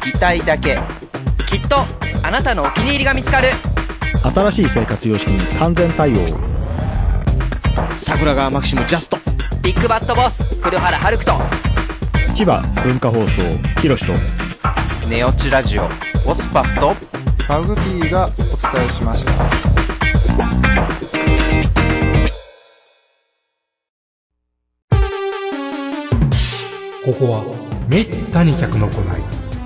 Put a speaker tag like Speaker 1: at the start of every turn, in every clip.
Speaker 1: 聞きたいだけきっとあなたのお気に入りが見つかる
Speaker 2: 新しい生活様式に完全対応。
Speaker 3: 桜川マキシムジャスト
Speaker 1: ビッグバットボス黒原遥人
Speaker 2: 千葉文化放送、ひろしと。
Speaker 1: ネオチラジオオスパフと
Speaker 4: マグピーがお伝えしました。
Speaker 5: ここはめったに客の来ない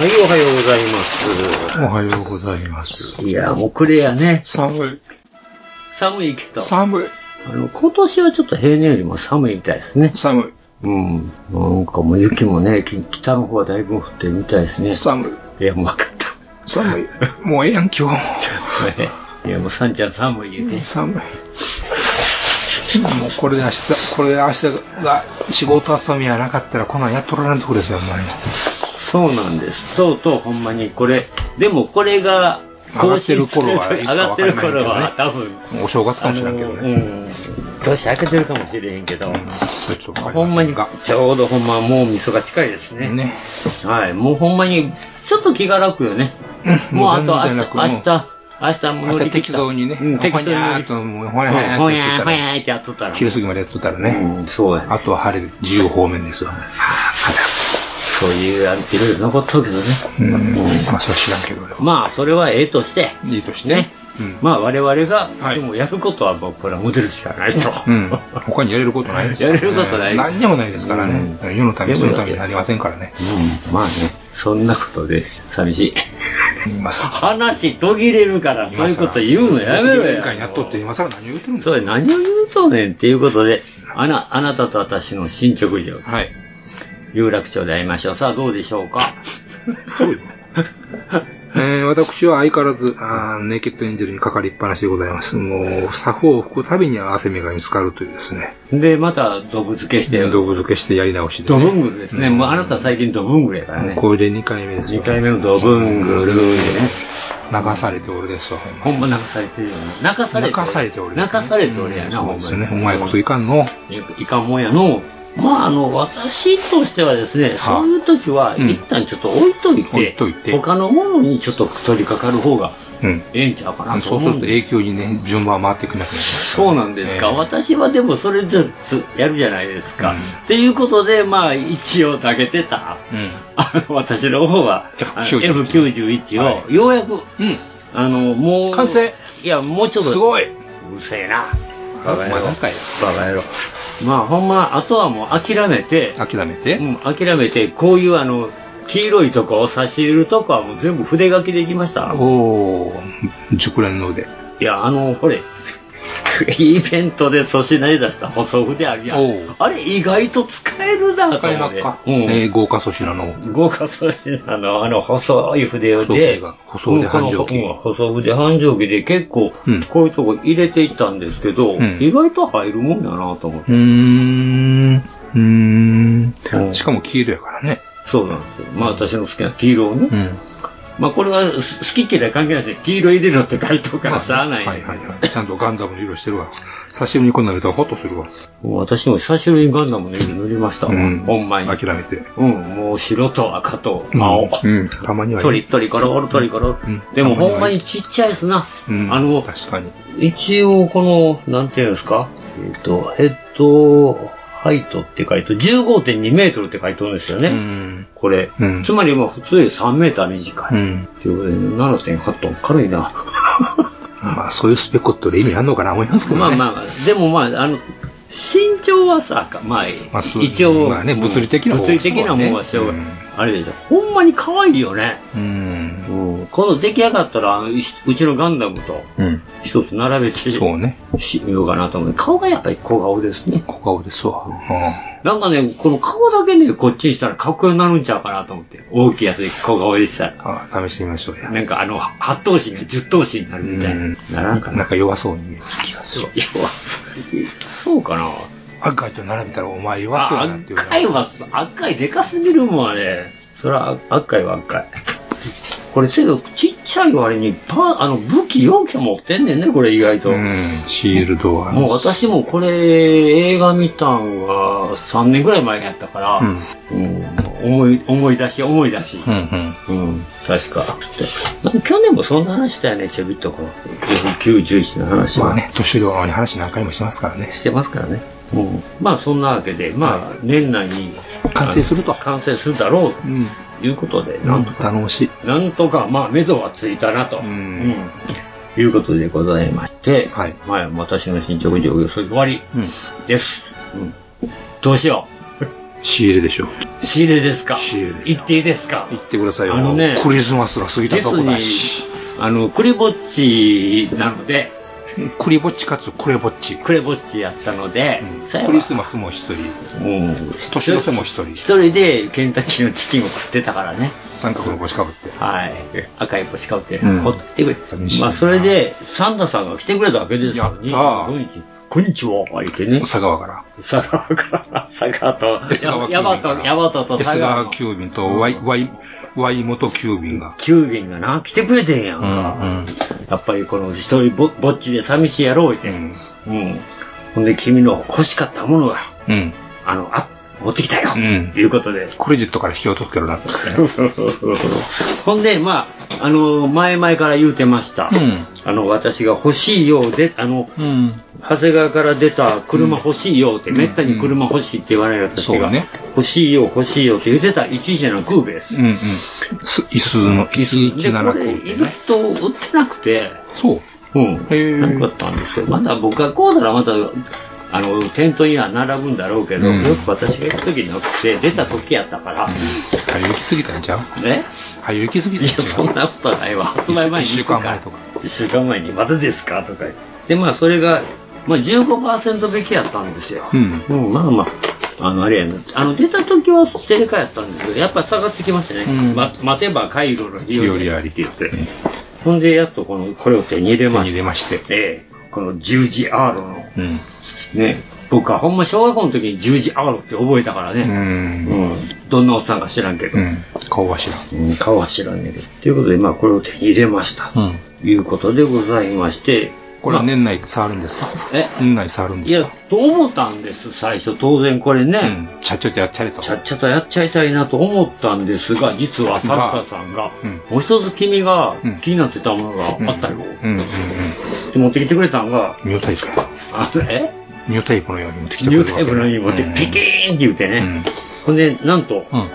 Speaker 6: はい、おはようございます。
Speaker 7: おはようございます。
Speaker 6: いや、遅れやね。
Speaker 4: 寒い。
Speaker 6: 寒いけど。
Speaker 4: 寒い。
Speaker 6: あの、今年はちょっと平年よりも寒いみたいですね。
Speaker 4: 寒い。
Speaker 6: うん。なんかもう雪もね、き北の方はだいぶ降ってるみたいですね。
Speaker 4: 寒い。
Speaker 6: いや、もう分かっ
Speaker 4: 寒い。もうええやん、今日も。
Speaker 6: た。いや、もうさんちゃん寒い言うて。
Speaker 4: 寒い。もうこれで明日、これで明日が仕事休みやなかったらこんなんやっとられんとこですよ、ほんまに。
Speaker 6: そうなんです。とうとうほんまにこれ、でもこれが、更新す
Speaker 4: 上がってる頃はいつか
Speaker 6: 上がってる頃
Speaker 4: わ
Speaker 6: は、
Speaker 4: か
Speaker 6: 多分、
Speaker 4: もうお正月かもしれんけど
Speaker 6: う
Speaker 4: ね。
Speaker 6: ん。年明けてるかもしれへんけど、
Speaker 4: ちょっと
Speaker 6: ほんまに
Speaker 4: が。
Speaker 6: ちょうどほんまもう味噌が近いですね。
Speaker 4: ね。
Speaker 6: はい、もうほんまに、ちょっと気が楽よね。
Speaker 4: うん
Speaker 6: もうあと
Speaker 4: もう
Speaker 6: 明
Speaker 4: 全然楽
Speaker 6: 日、明日、明日も
Speaker 4: 明
Speaker 6: 乗
Speaker 4: 日
Speaker 6: り切った
Speaker 4: 適当にね、
Speaker 6: うん、適当に
Speaker 4: ほにゃーっ
Speaker 6: 乗り切った。
Speaker 4: と、もう
Speaker 6: ほ
Speaker 4: ほにゃーっと
Speaker 6: ほ
Speaker 4: や
Speaker 6: や
Speaker 4: って
Speaker 6: ー
Speaker 4: た
Speaker 6: ほ
Speaker 4: ら、
Speaker 6: やーってやっとったら。
Speaker 4: 昼過ぎまでやっとったらね、
Speaker 6: うん、そうや。
Speaker 4: あとは晴れで自由方面ですよ。
Speaker 6: そういう、あのいろいろ残っとるけどね。
Speaker 4: うん、まあそれは知らんけど、俺は
Speaker 6: まあ、それはええとして、
Speaker 4: いいとして
Speaker 6: ね
Speaker 4: ね。。うん
Speaker 6: まあ、我々が、
Speaker 4: はい
Speaker 6: でもやることは、もう、これはモデルしかないと。
Speaker 4: うん。他にやれることないですからね
Speaker 6: やれることない
Speaker 4: 何にもないですからね。
Speaker 6: う
Speaker 4: 世のため、そのためになりませんからね。
Speaker 6: うん、まあね、そんなことで、寂しい。
Speaker 4: 今さ、
Speaker 6: 話途切れるから、そういうこと言うのやめろ
Speaker 4: 年
Speaker 6: や。
Speaker 4: 間やっとって、今さら何を言ってるんです
Speaker 6: そ
Speaker 4: か
Speaker 6: れ何を言うとんねんっていうことで、あな、あなたと私の進捗状況、
Speaker 4: はい。
Speaker 6: 有楽町で会いましょう。さあ、どうでしょうか
Speaker 4: えー、私は相変わらず、あーネイケッドエンジェルにかかりっぱなしでございます。もう、作法を吹くたびに汗目が見つかるというですね。
Speaker 6: で、また、ドブ付けして、
Speaker 4: 道具付けしてやり直しで
Speaker 6: ド
Speaker 4: ね、
Speaker 6: ブングルですね。もうあなた最近ドブングルやからね。
Speaker 4: これで2回目です
Speaker 6: 2
Speaker 4: よ。
Speaker 6: 回目のドブングルでね。
Speaker 4: 流されて俺ですわ、ほんま
Speaker 6: ほんま泣かされてるよね。泣かされ
Speaker 4: 泣
Speaker 6: て
Speaker 4: かされておるです
Speaker 6: 泣
Speaker 4: ね
Speaker 6: かされておるやな、
Speaker 4: そう
Speaker 6: ほん
Speaker 4: です
Speaker 6: ま
Speaker 4: よ
Speaker 6: に
Speaker 4: ね。うまいこといかんの。
Speaker 6: いかんもんやの。まあ、あの、私としてはですね、そういう時は、
Speaker 4: うん
Speaker 6: 一旦ちょっと置いと
Speaker 4: 置
Speaker 6: い
Speaker 4: い
Speaker 6: て、
Speaker 4: といて
Speaker 6: 他のものにちょっと取り掛かる方が、
Speaker 4: うん。
Speaker 6: ええんちゃうかなと
Speaker 4: そう
Speaker 6: 思
Speaker 4: す
Speaker 6: う
Speaker 4: る
Speaker 6: ん
Speaker 4: と
Speaker 6: で
Speaker 4: 永久にね、順番は回ってくれなくなります。
Speaker 6: そうなんですか、
Speaker 4: ええ
Speaker 6: 私はでもそれずつやるじゃないですか。
Speaker 4: うん
Speaker 6: ということで、まあ、一応投げてた、
Speaker 4: うん。
Speaker 6: あの私の方はあの
Speaker 4: F91
Speaker 6: F91 をようやく、
Speaker 4: うん。
Speaker 6: あのもう、
Speaker 4: 完成
Speaker 6: いや、もうちょっと、
Speaker 4: すごいう
Speaker 6: るせえな、バカ野
Speaker 4: ま
Speaker 6: 郎
Speaker 4: だかい、
Speaker 6: バカ野郎、まあ、ほんま、あとはもう諦めて、
Speaker 4: 諦めて、
Speaker 6: うん、諦めて、こういうあの黄色いとこ、差し入るとこはもう全部筆書きできました。
Speaker 4: おお熟練の腕
Speaker 6: いや、あの、ほれ、 イベントで粗品に出した細筆あるやん
Speaker 4: おう。
Speaker 6: あれ、意外と使えるなと思って。
Speaker 4: 使いまっか、
Speaker 6: うん。
Speaker 4: えー豪華粗品の
Speaker 6: 豪華粗品のあの細い筆を
Speaker 4: 細
Speaker 6: で
Speaker 4: 筆が、細筆繁盛機
Speaker 6: うんこのうん細筆繁盛機で結構
Speaker 4: うん、
Speaker 6: こういうとこ入れていったんですけど、
Speaker 4: ん
Speaker 6: 意外と入るもんやなと思って。
Speaker 4: うーんうー
Speaker 6: うんん
Speaker 4: しかも黄色やからね
Speaker 6: そうなんですよ。まあ私の好きな黄色をね。
Speaker 4: うん
Speaker 6: まあこれは好き嫌い関係ないですね。黄色入れろって書いとくからしゃあない。
Speaker 4: はいはいはいちゃんとガンダムの色してるわ刺身にこんなの入れたらホッとするわ
Speaker 6: もう私も久しぶりにガンダムの色塗りましたわ。ほんまに。
Speaker 4: 諦めて
Speaker 6: うん、もう白と赤と青。
Speaker 4: うん、たまには
Speaker 6: トリットリコロールトリコロール
Speaker 4: うん
Speaker 6: でもほんまにちっちゃいですな。
Speaker 4: うん
Speaker 6: あの、
Speaker 4: 確かに
Speaker 6: 一応この、なんていうんですか、えっ、と、ヘッド、ハイトって書いて、15.2メートルって書いてあるんですよね。
Speaker 4: うん。
Speaker 6: これ。
Speaker 4: うん
Speaker 6: つまり、まあ、普通より3メーター短
Speaker 4: う
Speaker 6: い。
Speaker 4: ん。
Speaker 6: ということで、7.8トン軽いな。
Speaker 4: まあ、そういうスペコットで意味あんのかな思いますけどね。
Speaker 6: まあまあまあ、でもまあ、あの、身長はさ、まあ、
Speaker 4: まあそう
Speaker 6: 一応、
Speaker 4: まあね物理的な方は
Speaker 6: 物理的なもんはしょうが
Speaker 4: そうだね
Speaker 6: あれでしょ。ほんまに可愛いよね。
Speaker 4: うん。
Speaker 6: うん。この出来上がったら、あのいうちのガンダムと
Speaker 4: うん。
Speaker 6: 一つ並べて
Speaker 4: そうね。
Speaker 6: しみようかなと思う。顔がやっぱり小顔ですね。
Speaker 4: 小顔ですわ。う
Speaker 6: なんかね、この顔だけね、こっちにしたらかっこよくなるんちゃうかなと思って。大きいやつで小顔でしたら。
Speaker 4: ん。あ試してみましょうや。
Speaker 6: なんかあの、八頭身が十頭身になるみたいな。ならんか
Speaker 4: なん
Speaker 6: な。
Speaker 4: か弱そうに見える気がす
Speaker 6: そう
Speaker 4: る。、
Speaker 6: 弱そう。そうかな。
Speaker 4: 赤いと並べたらお前弱そう
Speaker 6: あ
Speaker 4: やなっていう。
Speaker 6: 赤いは、赤いでかすぎるもん、あれ。それは赤いは赤い。これ、せやけどちっちゃい割に、パン、あの、武器容器持ってんねんね、これ意外と。
Speaker 4: うん。シールドは。
Speaker 6: もう私もこれ映画見たんが3年ぐらい前やったから、
Speaker 4: うん。
Speaker 6: うん思い思い出し思い出し、
Speaker 4: うんうん。
Speaker 6: うん確かなんか去年もそんな話したよねちょびっとこの911の話
Speaker 4: ま
Speaker 6: は
Speaker 4: あね、年寄りはに話何回もしてますからね。
Speaker 6: してますからね、うん、まあそんなわけでまあ年内に
Speaker 4: 完成すると
Speaker 6: あの完成するだろう
Speaker 4: うん。
Speaker 6: ということで、
Speaker 4: な
Speaker 6: なんん
Speaker 4: と
Speaker 6: と
Speaker 4: 楽しい。
Speaker 6: なんとかまあ目処はついたなと、
Speaker 4: うん
Speaker 6: うんいうことでございまして、
Speaker 4: はい
Speaker 6: まあ私の進捗状況それで終わり
Speaker 4: うん。
Speaker 6: です、うん、どうしよう
Speaker 4: 仕入れでしょう。
Speaker 6: 仕入れですか
Speaker 4: 仕入れです
Speaker 6: 行っていいですか
Speaker 4: 言ってくださいよ。
Speaker 6: あのね
Speaker 4: クリスマスが過ぎた
Speaker 6: 実
Speaker 4: とこ
Speaker 6: に
Speaker 4: だし。
Speaker 6: あのクレぼっちなので
Speaker 4: クリぼっちかつクレぼっち。
Speaker 6: クレぼっちやったので、
Speaker 4: うん
Speaker 6: さやは
Speaker 4: クリスマスも一人、
Speaker 6: うん
Speaker 4: 年の瀬も一人
Speaker 6: 一人でケンタッキーのチキンを食ってたからね
Speaker 4: 三角の帽子かぶって。
Speaker 6: はい赤い星かぶって、
Speaker 4: うん
Speaker 6: ほってくれ
Speaker 4: 寂しいな
Speaker 6: まあそれでサンタさんが来てくれたわけですよ
Speaker 4: やったー
Speaker 6: 25日こんにちは言ってね
Speaker 4: 佐川から。
Speaker 6: 佐川から佐川と
Speaker 4: 安川急
Speaker 6: ヤ
Speaker 4: 便
Speaker 6: バ
Speaker 4: か
Speaker 6: と
Speaker 4: ら。
Speaker 6: ヤバとと
Speaker 4: 安
Speaker 6: 佐川
Speaker 4: 川
Speaker 6: の
Speaker 4: 急便と Y、Y、Y 元急便が。
Speaker 6: 急便がな来てくれてんやん
Speaker 4: う
Speaker 6: か、
Speaker 4: ん
Speaker 6: やっぱりこの一人ぼぼっちで寂しいやろう言う
Speaker 4: う
Speaker 6: て、うん
Speaker 4: ん。
Speaker 6: ほんで君の欲しかったものが
Speaker 4: うん。
Speaker 6: あのあ持ってきたよ、
Speaker 4: うん
Speaker 6: ということで
Speaker 4: クレジットから引き落とすけどなって。
Speaker 6: ほんでまああの前々から言うてました、
Speaker 4: うん
Speaker 6: あの私が欲しいようであの
Speaker 4: うん。
Speaker 6: 長谷川から出た車欲しいよって、めったに車欲しいって言われる私
Speaker 4: そ
Speaker 6: が、
Speaker 4: うね
Speaker 6: 欲しいよ欲しいよって言ってた一時のクーベです、
Speaker 4: うんうん。す椅子の、
Speaker 6: でこれ
Speaker 4: 179
Speaker 6: い
Speaker 4: で
Speaker 6: る
Speaker 4: ね。
Speaker 6: と売ってなくて
Speaker 4: そう。
Speaker 6: うん
Speaker 4: へえ
Speaker 6: なかったんですけど、まだ僕がこうならまた、あの、店頭には並ぶんだろうけど、
Speaker 4: うん
Speaker 6: よく私が行く時になくて、出た時やったから、
Speaker 4: はよ行き過ぎたんちゃう
Speaker 6: え
Speaker 4: はよ行き過ぎ
Speaker 6: い
Speaker 4: た
Speaker 6: や、
Speaker 4: んちゃう
Speaker 6: そんなことはないわ。発売前に行くら
Speaker 4: 一週間前とか。
Speaker 6: 一週間前に、またですかとか言ってで、まあ、それが、まあ、15%引きやったんですよ。
Speaker 4: うん。
Speaker 6: うん、まあまあ、あの、あれやな、あの、出た時はセレカやったんですけど、やっぱ下がってきましたね。
Speaker 4: うん
Speaker 6: ま待てば回路の日
Speaker 4: よ
Speaker 6: よ
Speaker 4: り
Speaker 6: り
Speaker 4: あ
Speaker 6: あ
Speaker 4: り
Speaker 6: りって言って。ほんで、やっとこの、これを手に入れ
Speaker 4: 手
Speaker 6: ま
Speaker 4: に
Speaker 6: し
Speaker 4: 入れ。
Speaker 6: た
Speaker 4: まして。
Speaker 6: ええ、この十字アーロの、
Speaker 4: うん。
Speaker 6: ね、僕はほんま小学校の時に十字アーロって覚えたから
Speaker 4: う。
Speaker 6: ね、うんん、どんなおっさんか知らんけど、
Speaker 4: う
Speaker 6: うん
Speaker 4: ん。顔柱。
Speaker 6: 顔は知らんねんけど。ということで、まあこれを手に入れました、
Speaker 4: うん。
Speaker 6: ということでございまして、
Speaker 4: これは年内触るんですか
Speaker 6: え、
Speaker 4: 年内触るんで
Speaker 6: い
Speaker 4: す
Speaker 6: や
Speaker 4: か、
Speaker 6: と思ったんです、最初、当然これ
Speaker 4: う
Speaker 6: ね、
Speaker 4: ん。ちゃっちゃとやっちゃれと。
Speaker 6: ちゃっちゃとやっちゃいたいなと思ったんですが、実はサッカーさんが、
Speaker 4: うん
Speaker 6: もう一つ君が
Speaker 4: うん
Speaker 6: 気になってたものがあったよ、
Speaker 4: うんうんうん。
Speaker 6: で持ってきてくれたんが、
Speaker 4: ニュータイプか。
Speaker 6: あのえ
Speaker 4: ニュータイプのように持ってきて
Speaker 6: ニュータイプのように持って
Speaker 4: うん、
Speaker 6: ピキーンって言ってね。
Speaker 4: うん
Speaker 6: ほんで、なんと、
Speaker 4: うん。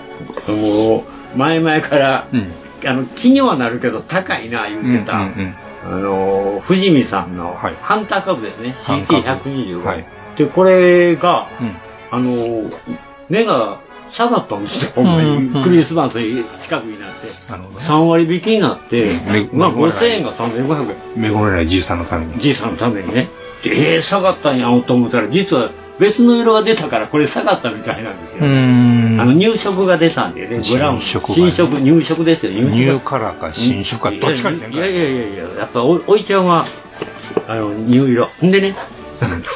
Speaker 6: もう、前々から、
Speaker 4: うん
Speaker 6: あの、気にはなるけど高いな、言
Speaker 4: うん
Speaker 6: うてた、
Speaker 4: うんうん
Speaker 6: あの、藤見さんの、
Speaker 4: はい
Speaker 6: ハンター株ですね、
Speaker 4: ハンター株
Speaker 6: CT125。
Speaker 4: はい
Speaker 6: で、これが、
Speaker 4: うん
Speaker 6: あの、目が下がったんですよ、ほんまに。
Speaker 4: うんうん
Speaker 6: クリスマス近くになって。
Speaker 4: なるほどね
Speaker 6: 3割引きになって、
Speaker 4: うん
Speaker 6: まあ
Speaker 4: めめ
Speaker 6: 5000円が3500円。
Speaker 4: 恵まれないじいさんのために。
Speaker 6: じいさんのためにね。で、えー、下がったんやと思ったら、実は別の色が出たから、これ下がったみたいなんですよ。
Speaker 4: ん
Speaker 6: あの入食が出たんでね、ブラウ
Speaker 4: 新
Speaker 6: ン。
Speaker 4: 色がね
Speaker 6: 新色、入食ですよ、入
Speaker 4: ニュー
Speaker 6: 食。
Speaker 4: カラーか新種か、どっちかにせん
Speaker 6: い
Speaker 4: か
Speaker 6: や
Speaker 4: い
Speaker 6: いやいやいや、やっぱお、おいちゃんは、あの、ニュー色。ほん でね、
Speaker 4: なんで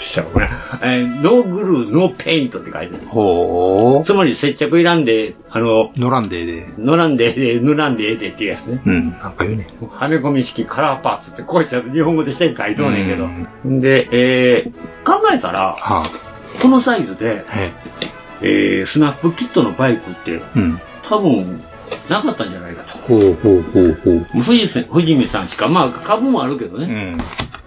Speaker 6: しゃこれ、えーノーグルー、ノーペイントって書いてある。
Speaker 4: ほ
Speaker 6: つまり接着いらんで、あの、
Speaker 4: う。ノランデーで。
Speaker 6: 塗らんでええで、塗らんでええでっていうやつね。
Speaker 4: うん。なんか言うね。
Speaker 6: はめ込み式カラーパーツって、こういちゃん日本語でしてん書いとんねんけ
Speaker 4: う
Speaker 6: ど
Speaker 4: ん。
Speaker 6: ほんで、えー、考えたら、
Speaker 4: は
Speaker 6: このサイズで
Speaker 4: あ。、はい。
Speaker 6: えー、スナップキットのバイクって、
Speaker 4: うん。
Speaker 6: 多分、なかったんじゃないかと。
Speaker 4: ほうほうほうほう。
Speaker 6: 藤井藤見さんしか、まあ株もあるけどね。
Speaker 4: うん。
Speaker 6: だ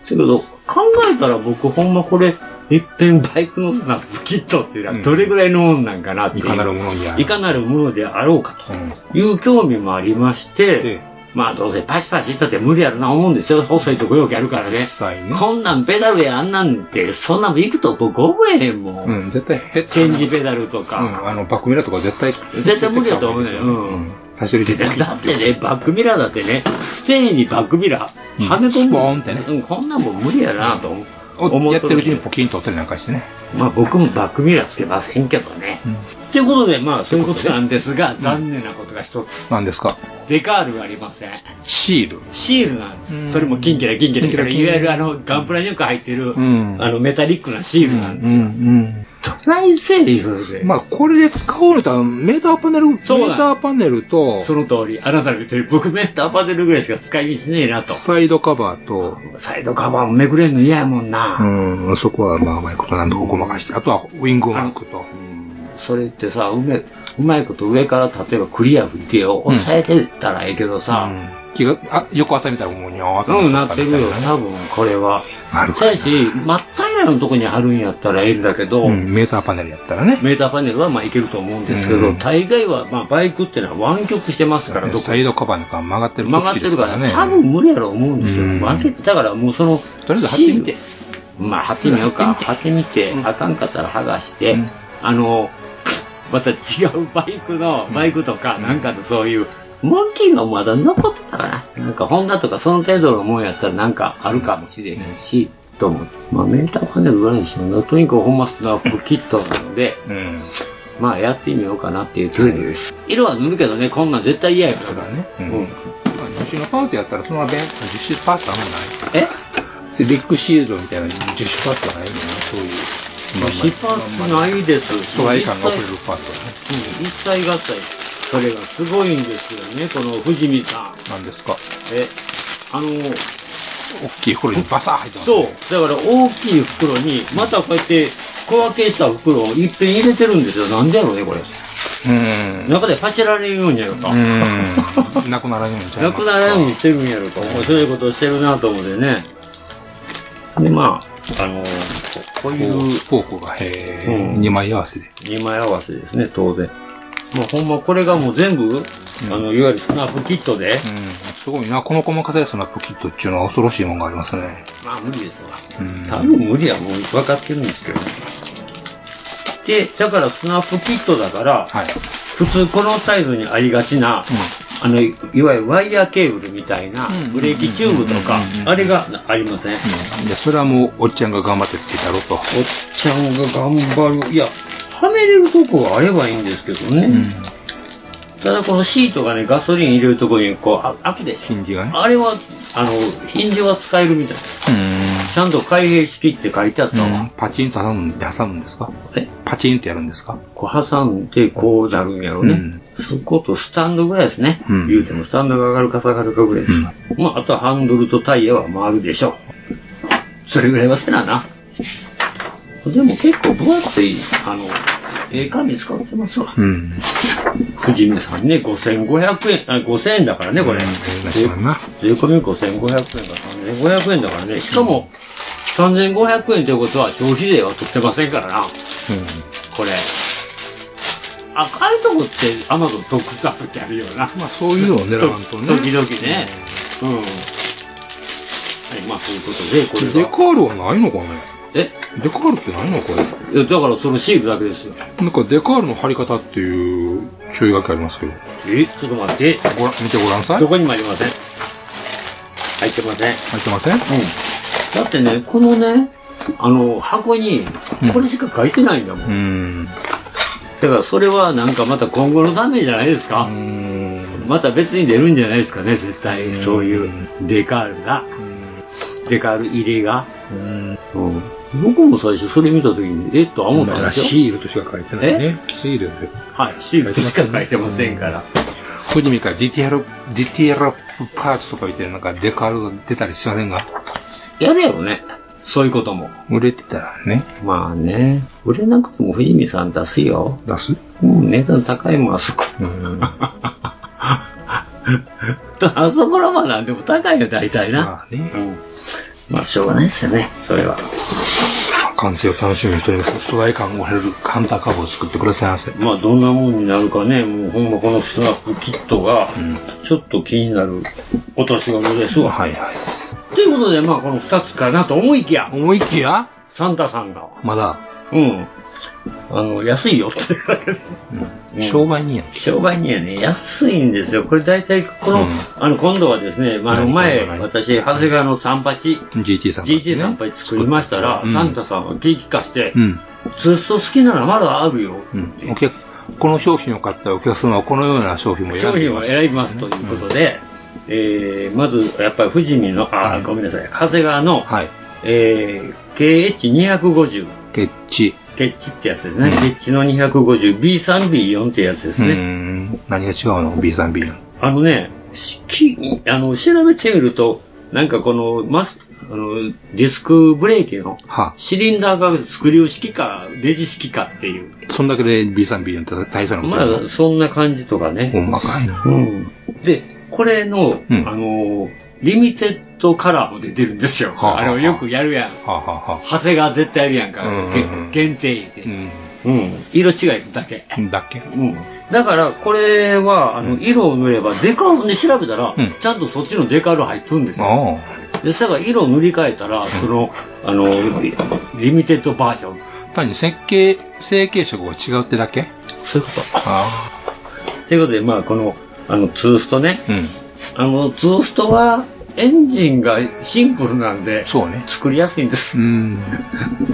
Speaker 6: けど、考えたら僕ほんまこれ、いっぺんバイクの砂吹きっとっていうのはどれぐらいのもんなんかなってい、
Speaker 4: いうかなるものにある。
Speaker 6: いかなるものであろうか
Speaker 4: うん
Speaker 6: という興味もありまして、
Speaker 4: ええ
Speaker 6: まあどうせパシパシいったって無理やろな思うんですよ細いとこよくやるからね
Speaker 4: 実際ね。
Speaker 6: こんなんペダルやあんなんてそんなん行くと僕覚えへんもん、
Speaker 4: うん、絶対ヘッ
Speaker 6: チェンジペダルと
Speaker 4: う
Speaker 6: か、
Speaker 4: ん、あの、バックミラーとか絶対。
Speaker 6: 絶対無理だと思うねうん
Speaker 4: 差し入れて
Speaker 6: だってね、バックミラーだってね、ステージにバックミラー、はめ込
Speaker 4: うんス
Speaker 6: む。
Speaker 4: ポーンってね
Speaker 6: うん、こんなんもん無理やなと思思
Speaker 4: やって
Speaker 6: っと
Speaker 4: る
Speaker 6: る
Speaker 4: うちにポキンと折ったりなんかしてね。
Speaker 6: まあ僕もバックミラーつけませんけどね。
Speaker 4: うん
Speaker 6: ということで、まあそういうことなんですが、残念なことが一つ。
Speaker 4: 何ですか
Speaker 6: デカールがありません。
Speaker 4: シール。
Speaker 6: シールなんで
Speaker 4: う
Speaker 6: す。
Speaker 4: ん
Speaker 6: それも金キラ金キ
Speaker 4: キ
Speaker 6: ラ
Speaker 4: ンキラキン
Speaker 6: いわゆるあの、ガンプラによく入ってる、
Speaker 4: うん
Speaker 6: あの、メタリックなシールなんですよ。
Speaker 4: ん、
Speaker 6: トライセーフで。
Speaker 4: まあ、これで使おうのと、メーターパネル、メータ
Speaker 6: そうだ
Speaker 4: ーパネルと、
Speaker 6: その通り、あなたが言ってる、僕メッターパネルぐらいしか使い道ねえなと。
Speaker 4: サイドカバーと、
Speaker 6: サイドカバーもめくれんの嫌やもんな。
Speaker 4: うん、そこはまあ、うまいことなんとかごまかして、あとはウィングマークと。
Speaker 6: それってさうめうまいこと上から例えばクリア振ってよ
Speaker 4: うん
Speaker 6: 押さえてたらええけどさ、
Speaker 4: うん気が、あ、横朝見たらもうにゃーっと
Speaker 6: うん、
Speaker 4: なっ
Speaker 6: なってて
Speaker 4: る
Speaker 6: る
Speaker 4: みたい
Speaker 6: よ
Speaker 4: な、ね
Speaker 6: 多分、これは。
Speaker 4: なるほ
Speaker 6: そ
Speaker 4: ど
Speaker 6: やし、真っ平らのとこに貼るんやったらええんだけど、
Speaker 4: うん、メーターパネルやったらね。
Speaker 6: メーターパネルはまあいけると思うんですけど、
Speaker 4: うん
Speaker 6: 大概は、まあバイクってのは湾曲してますから、どこ
Speaker 4: サイドカバーなんか曲がってる
Speaker 6: 曲がってるから、
Speaker 4: ね。
Speaker 6: 多分無理やろ思うんですよ。
Speaker 4: うん
Speaker 6: 分けて、だからもうその、
Speaker 4: りあ
Speaker 6: と
Speaker 4: えず貼ってみて。
Speaker 6: まあ貼ってみようか。貼
Speaker 4: 貼
Speaker 6: ってみて、
Speaker 4: うん
Speaker 6: あかんかったら剥がして、
Speaker 4: うん
Speaker 6: あの、また違うバイクの、バイクとか、
Speaker 4: うん
Speaker 6: なんかのそういう、モンキーのまだ残ってたかな。なんかホンダとかその程度のもんやったらなんかあるかもしれへんし、と思って。まあメーターパネルぐらいにしような。とにかく本末な不キットなので、
Speaker 4: うん。
Speaker 6: まあやってみようかなっていう程度です。色は塗るけどね、こんなん絶対嫌や
Speaker 4: そう
Speaker 6: か
Speaker 4: だ
Speaker 6: ら。
Speaker 4: ね。う
Speaker 6: うん
Speaker 4: ん。樹脂のパーツやったら、そのままベン、樹脂パーツはもうない。
Speaker 6: え
Speaker 4: でビッグシールドみたいな樹脂パーツはないのよね、そういう。
Speaker 6: 失敗ないです。
Speaker 4: 素材感が溢れる
Speaker 6: うん
Speaker 4: パーツはね。
Speaker 6: 一体合体。それがすごいんですよね、この藤見さん。
Speaker 4: なんですか
Speaker 6: え、あの、
Speaker 4: 大きい袋にバサー入ってます
Speaker 6: そう
Speaker 4: ね。、
Speaker 6: だから大きい袋に、またこうやって小分けした袋をいっぺん入れてるんですよ。なんでやろうね、これ。
Speaker 4: うん。
Speaker 6: 中でパチられるようにやるか。
Speaker 4: うん。なくならんようにちゃい
Speaker 6: な
Speaker 4: ます
Speaker 6: くならんようにしてるんやろか。面白いことをしてるなと思ってね。で、まあ、あの、こういう
Speaker 4: フォークが、へ
Speaker 6: う
Speaker 4: え、
Speaker 6: ん
Speaker 4: 二枚合わせで。
Speaker 6: 二枚合わせですね、当然。まあ、ほんま、これがもう全部、あの、いわゆるスナップキットで、
Speaker 4: うん。すごいな、この細かさやそのポキットっていうのは恐ろしいもんがありますね。
Speaker 6: まあ、無理ですわ。
Speaker 4: うん
Speaker 6: 多分無理はもう分かってるんですけどね。で、だからスナップキットだから、
Speaker 4: はい。
Speaker 6: 普通このサイズにありがちな、あの、いいわゆるワイヤーケーブルみたいな
Speaker 4: うんうんうんうん
Speaker 6: ブレーキチューブとか
Speaker 4: うんうんう、ん
Speaker 6: あれがありません。
Speaker 4: うん。で、それはもう、おっちゃんが頑張ってつけたろうと。
Speaker 6: おっちゃんが頑張る。いや、はめれるとこがあればいいんですけどね。ただこのシートがね、ガソリン入れるとこに、こう、あ開くでし
Speaker 4: ヒ
Speaker 6: ょ
Speaker 4: ンジがね。
Speaker 6: あれは、あの、ヒンジは使えるみたいな。ちゃんと開閉式って書いてあった
Speaker 4: う
Speaker 6: わ。
Speaker 4: ん。パチンと挟むん挟むんですか
Speaker 6: え
Speaker 4: パチンとやるんですか
Speaker 6: こう挟んで、こうなるんやろね。
Speaker 4: うん
Speaker 6: そことスタンドぐらいですね。
Speaker 4: うん
Speaker 6: 言うてもスタンドが上がるか下がるかぐらいですから。まあ、あとはハンドルとタイヤは回るでしょう。それぐらいはせなな。でも結構分厚い、あの、ええ紙使ってますわ。
Speaker 4: ん。
Speaker 6: 藤見さんね、5500円、あ、5000円だからね、これ。
Speaker 4: うん変なしまんな。
Speaker 6: 税込み5500円が3500円だからね。しかも、3500円ということは消費税は取ってませんからな。これ。赤いとこってアマゾン特化時あるよな。
Speaker 4: まあ、そういうのを狙わんとね。
Speaker 6: 時々ね。うん。はい、まあそういうことで、これ
Speaker 4: デカ
Speaker 6: は。
Speaker 4: ールはないのかね
Speaker 6: え
Speaker 4: デカールってないのこれ。
Speaker 6: いやだからそのシールだけですよ。
Speaker 4: なんかデカールの貼り方っていう注意書きありますけど。
Speaker 6: えちょっと待って。
Speaker 4: ごらん見てごらんなさい。
Speaker 6: ど
Speaker 4: 入
Speaker 6: こにもありません。入ってません。うん。
Speaker 4: ってません
Speaker 6: だってね、このね、あの、箱に、これしか書いてないんだもん。
Speaker 4: うん。
Speaker 6: だからそれはなんかまた今後のためじゃないですか。
Speaker 4: うん
Speaker 6: また別に出るんじゃないですかね、絶対。
Speaker 4: ん
Speaker 6: そういうデカールが、デカール入れが。
Speaker 4: うん。
Speaker 6: うん。僕も最初それ見た時に、えっと、思
Speaker 4: お
Speaker 6: った
Speaker 4: 前
Speaker 6: んで
Speaker 4: ら
Speaker 6: すよ。
Speaker 4: シールとしか書いてないね。シールで。
Speaker 6: はい、シールしか書いてませんから。
Speaker 4: これで見からディテール、ディテールパーツとか言ってなんかデカールが出たりしませんが。
Speaker 6: やれよね。そういうことも。
Speaker 4: 売れてたらね、
Speaker 6: まあね、売れなくても藤見さん出すよ。
Speaker 4: 出す。
Speaker 6: うん、値段高いもん、あそこ。
Speaker 4: うん。ま
Speaker 6: あそこらまあなんでも高いよ、大体な。
Speaker 4: あね
Speaker 6: う、ん。まあ、しょうがないですよね、それは。
Speaker 4: なんか完成を楽しみにしております。素材感を減るカウンターカブを作ってくださいませ。
Speaker 6: まあどんなもんになるかね、もうほんまこのスナップキットが
Speaker 4: うん、
Speaker 6: ちょっと気になるお年頃ですわ。
Speaker 4: はいはい。
Speaker 6: ということで、まあこの二つかなと思いきや、
Speaker 4: 思いきや、
Speaker 6: サンタさんが、
Speaker 4: まだ、
Speaker 6: うん、あの、安いよって言われて
Speaker 4: うん
Speaker 6: うん
Speaker 4: 商売人や。
Speaker 6: 商売にはね、安いんですよ。これ大体、この、
Speaker 4: うん
Speaker 6: あの、今度はですね、まあ、あの
Speaker 4: 何
Speaker 6: 前、
Speaker 4: 今度は何
Speaker 6: 私、長谷川の三八、
Speaker 4: GT さん、
Speaker 6: GT 三八作りましたら、
Speaker 4: うん
Speaker 6: サンタさんは聞き化して、
Speaker 4: うん。
Speaker 6: ツースト好きならまだあるよ。
Speaker 4: うん。お客、この商品を買ったお客様はこのような商品も選
Speaker 6: 商
Speaker 4: んでい
Speaker 6: 品を
Speaker 4: ます。
Speaker 6: 選びますということで、えーまず、やっぱり富士見の、あ、
Speaker 4: はい
Speaker 6: ごめんなさい、長谷川の、
Speaker 4: はい。
Speaker 6: えー、KH250、
Speaker 4: ケッチ。
Speaker 6: ケッチってやつですね。
Speaker 4: うん
Speaker 6: ケッチの 250B3B4 ってやつです
Speaker 4: う
Speaker 6: ね。
Speaker 4: ん。何が違うの ?B3B の。
Speaker 6: あのね、しきあの調べてみると、なんかこのマスあのディスクブレーキの
Speaker 4: は
Speaker 6: シリンダーがスクリュー式かレジ式かっていう、
Speaker 4: あ、そんだけで B3B なんて大差なこと
Speaker 6: ま
Speaker 4: だ
Speaker 6: あそんな感じとか
Speaker 4: ほ
Speaker 6: ね。
Speaker 4: んまかいな。
Speaker 6: うん、で、これの、
Speaker 4: うん
Speaker 6: あのリミテッドカラーも出てるんですよ。
Speaker 4: はあはあ
Speaker 6: あれをよくやるやん。
Speaker 4: はあ、はあは
Speaker 6: 長谷川絶対やるやんか。
Speaker 4: うんうんうん
Speaker 6: げ限定で、
Speaker 4: あ、
Speaker 6: うん。色違いだけ。
Speaker 4: うん。だっけ
Speaker 6: うんだから、これは、あの、色を塗れば、デカールで調べたら、
Speaker 4: うん
Speaker 6: ちゃんとそっちのデカール入ってるんですよ。
Speaker 4: あ
Speaker 6: で、それから色を塗り替えたら、その、あの、リリミテッドバージョン。
Speaker 4: あ。単に設計、成形色が違うってだけ
Speaker 6: そういうこ
Speaker 4: ああ。
Speaker 6: と。ということで、まあ、この、あの、ツーストね。
Speaker 4: うん。
Speaker 6: あの、ツーストは、エンジンがシンプルなんで、
Speaker 4: そうね。
Speaker 6: 作りやすいんです
Speaker 4: う。ん。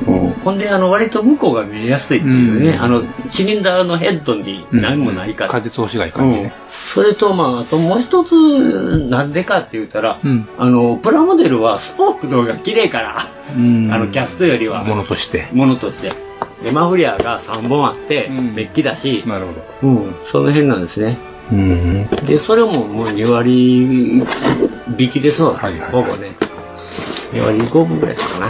Speaker 6: うんほんで、あの、割と向こうが見えやすいっていうね、
Speaker 4: うん
Speaker 6: あの、シリンダーのヘッドに何もないから。
Speaker 4: 解説をしがいい感じね。
Speaker 6: それと、まあ、あともう一つ、なんでかって言ったら、
Speaker 4: うん
Speaker 6: あの、プラモデルはスポークの方が綺麗から、
Speaker 4: うん
Speaker 6: あの、キャストよりは、
Speaker 4: ものとして。
Speaker 6: ものとして。で、マフリアが3本あって、
Speaker 4: うん
Speaker 6: メッキだし、
Speaker 4: なるほど。
Speaker 6: うん、その辺なんですね。
Speaker 4: うん。
Speaker 6: で、それももう2割引きですわ、
Speaker 4: はいはいはい
Speaker 6: ほぼね。2割5分ぐらいかな。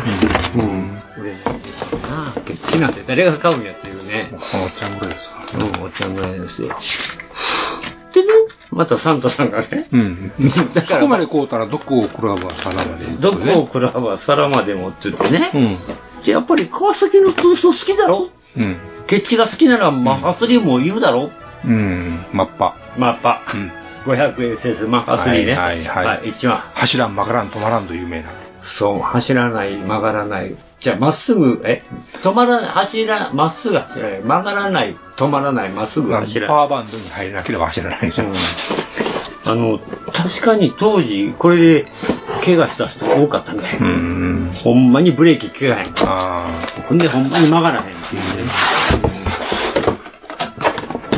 Speaker 6: うん。売れないでしょうな。ケッチなんて誰が買うんやっていうね。
Speaker 4: このおっちゃんぐらいですか。
Speaker 6: うん、お茶ぐらいですよ。でね、またサンタさんがね、
Speaker 4: うん。
Speaker 6: だ
Speaker 4: そ
Speaker 6: か
Speaker 4: こ
Speaker 6: ら、
Speaker 4: ま
Speaker 6: まあ
Speaker 4: でこうたらどこをクラブは皿まで。
Speaker 6: どこをクラブは皿まで持ってってね、
Speaker 4: うん。
Speaker 6: でやっぱり川崎の通想好きだろ
Speaker 4: うん。
Speaker 6: ケッチが好きならマッハ3も言うだろ、
Speaker 4: うん。マッパ。
Speaker 6: マッパ、
Speaker 4: うん。
Speaker 6: 500SS マッハ3ね。
Speaker 4: はいはいはい
Speaker 6: 一番。
Speaker 4: 走らん、曲がらん、止まらんと有名な。
Speaker 6: そう、走らない、曲がらない。じゃあ、まっすぐ、え、止まらない、走ら、まっすぐ走らない、曲がらない、止まらない、まっすぐ
Speaker 4: まあ
Speaker 6: 走ら
Speaker 4: パ
Speaker 6: ない。
Speaker 4: ワーバンドに入れなければ走らないじゃん。
Speaker 6: あの、確かに当時、これで怪我した人多かったんですよ。
Speaker 4: うん。
Speaker 6: ほんまにブレーキ効かへん。
Speaker 4: あ
Speaker 6: ほんで、ほんまに曲がらへんって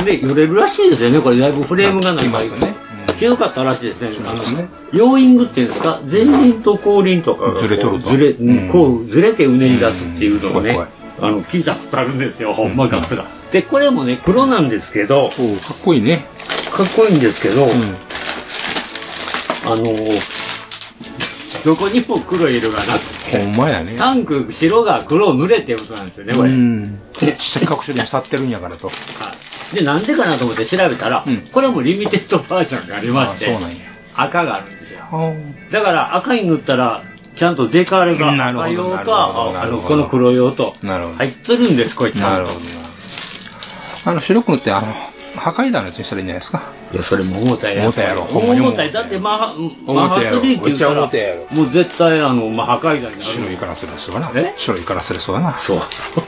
Speaker 6: いうね。で、揺れるらしいですよね、これ、だいぶフレームがないから、
Speaker 4: いますねうん
Speaker 6: ひどかったらしいですね、あ
Speaker 4: ますね
Speaker 6: の要因具っていうんですか、前輪と後輪とかがこう
Speaker 4: ずれとると
Speaker 6: ずれ、
Speaker 4: うん
Speaker 6: こうずれてうねり出すっていうのを
Speaker 4: うん
Speaker 6: ね
Speaker 4: 怖い、
Speaker 6: あの聞いたことあるんですよ、ほんまガスが。で、これもね、黒なんですけど、
Speaker 4: あ。おうかっこいいね。
Speaker 6: かっこいいんですけど、
Speaker 4: う
Speaker 6: あのどこにも黒い色がなく
Speaker 4: ん。ほ
Speaker 6: て、
Speaker 4: んまやね。
Speaker 6: タンク、白が黒塗れっていうことなんですよね、これ。
Speaker 4: うん。せっかく処理にってるんやからと。
Speaker 6: はいで、なんでかなと思って調べたら、
Speaker 4: うん
Speaker 6: これもリミテッドバージョンがありまして、
Speaker 4: あそうなんや
Speaker 6: 赤があるんですよ。
Speaker 4: あ
Speaker 6: だから赤に塗ったら、ちゃんとデカール
Speaker 4: な
Speaker 6: が
Speaker 4: るほど
Speaker 6: 赤用
Speaker 4: な
Speaker 6: と
Speaker 4: るほど
Speaker 6: ああ
Speaker 4: なる
Speaker 6: の
Speaker 4: ほど
Speaker 6: この黒用と
Speaker 4: なるほど
Speaker 6: 入ってるんです、これ
Speaker 4: あ。
Speaker 6: ちゃ
Speaker 4: なんる
Speaker 6: と
Speaker 4: ほど。な。あの、白く塗って、あの、破壊弾のやつにしたらいいんじゃないですか。
Speaker 6: いや、それも重たい
Speaker 4: 重たいやろほんまに重
Speaker 6: 重
Speaker 4: た
Speaker 6: た
Speaker 4: い
Speaker 6: い。だってマハ、
Speaker 4: 重
Speaker 6: マハ
Speaker 4: たいやろ
Speaker 6: 3って言った
Speaker 4: めっちゃ重
Speaker 6: ら
Speaker 4: たいやろ、
Speaker 6: もう絶対あの、マハ海外になる。
Speaker 4: 白いカラスですわな
Speaker 6: え。
Speaker 4: 白いカラスですわな。
Speaker 6: そう。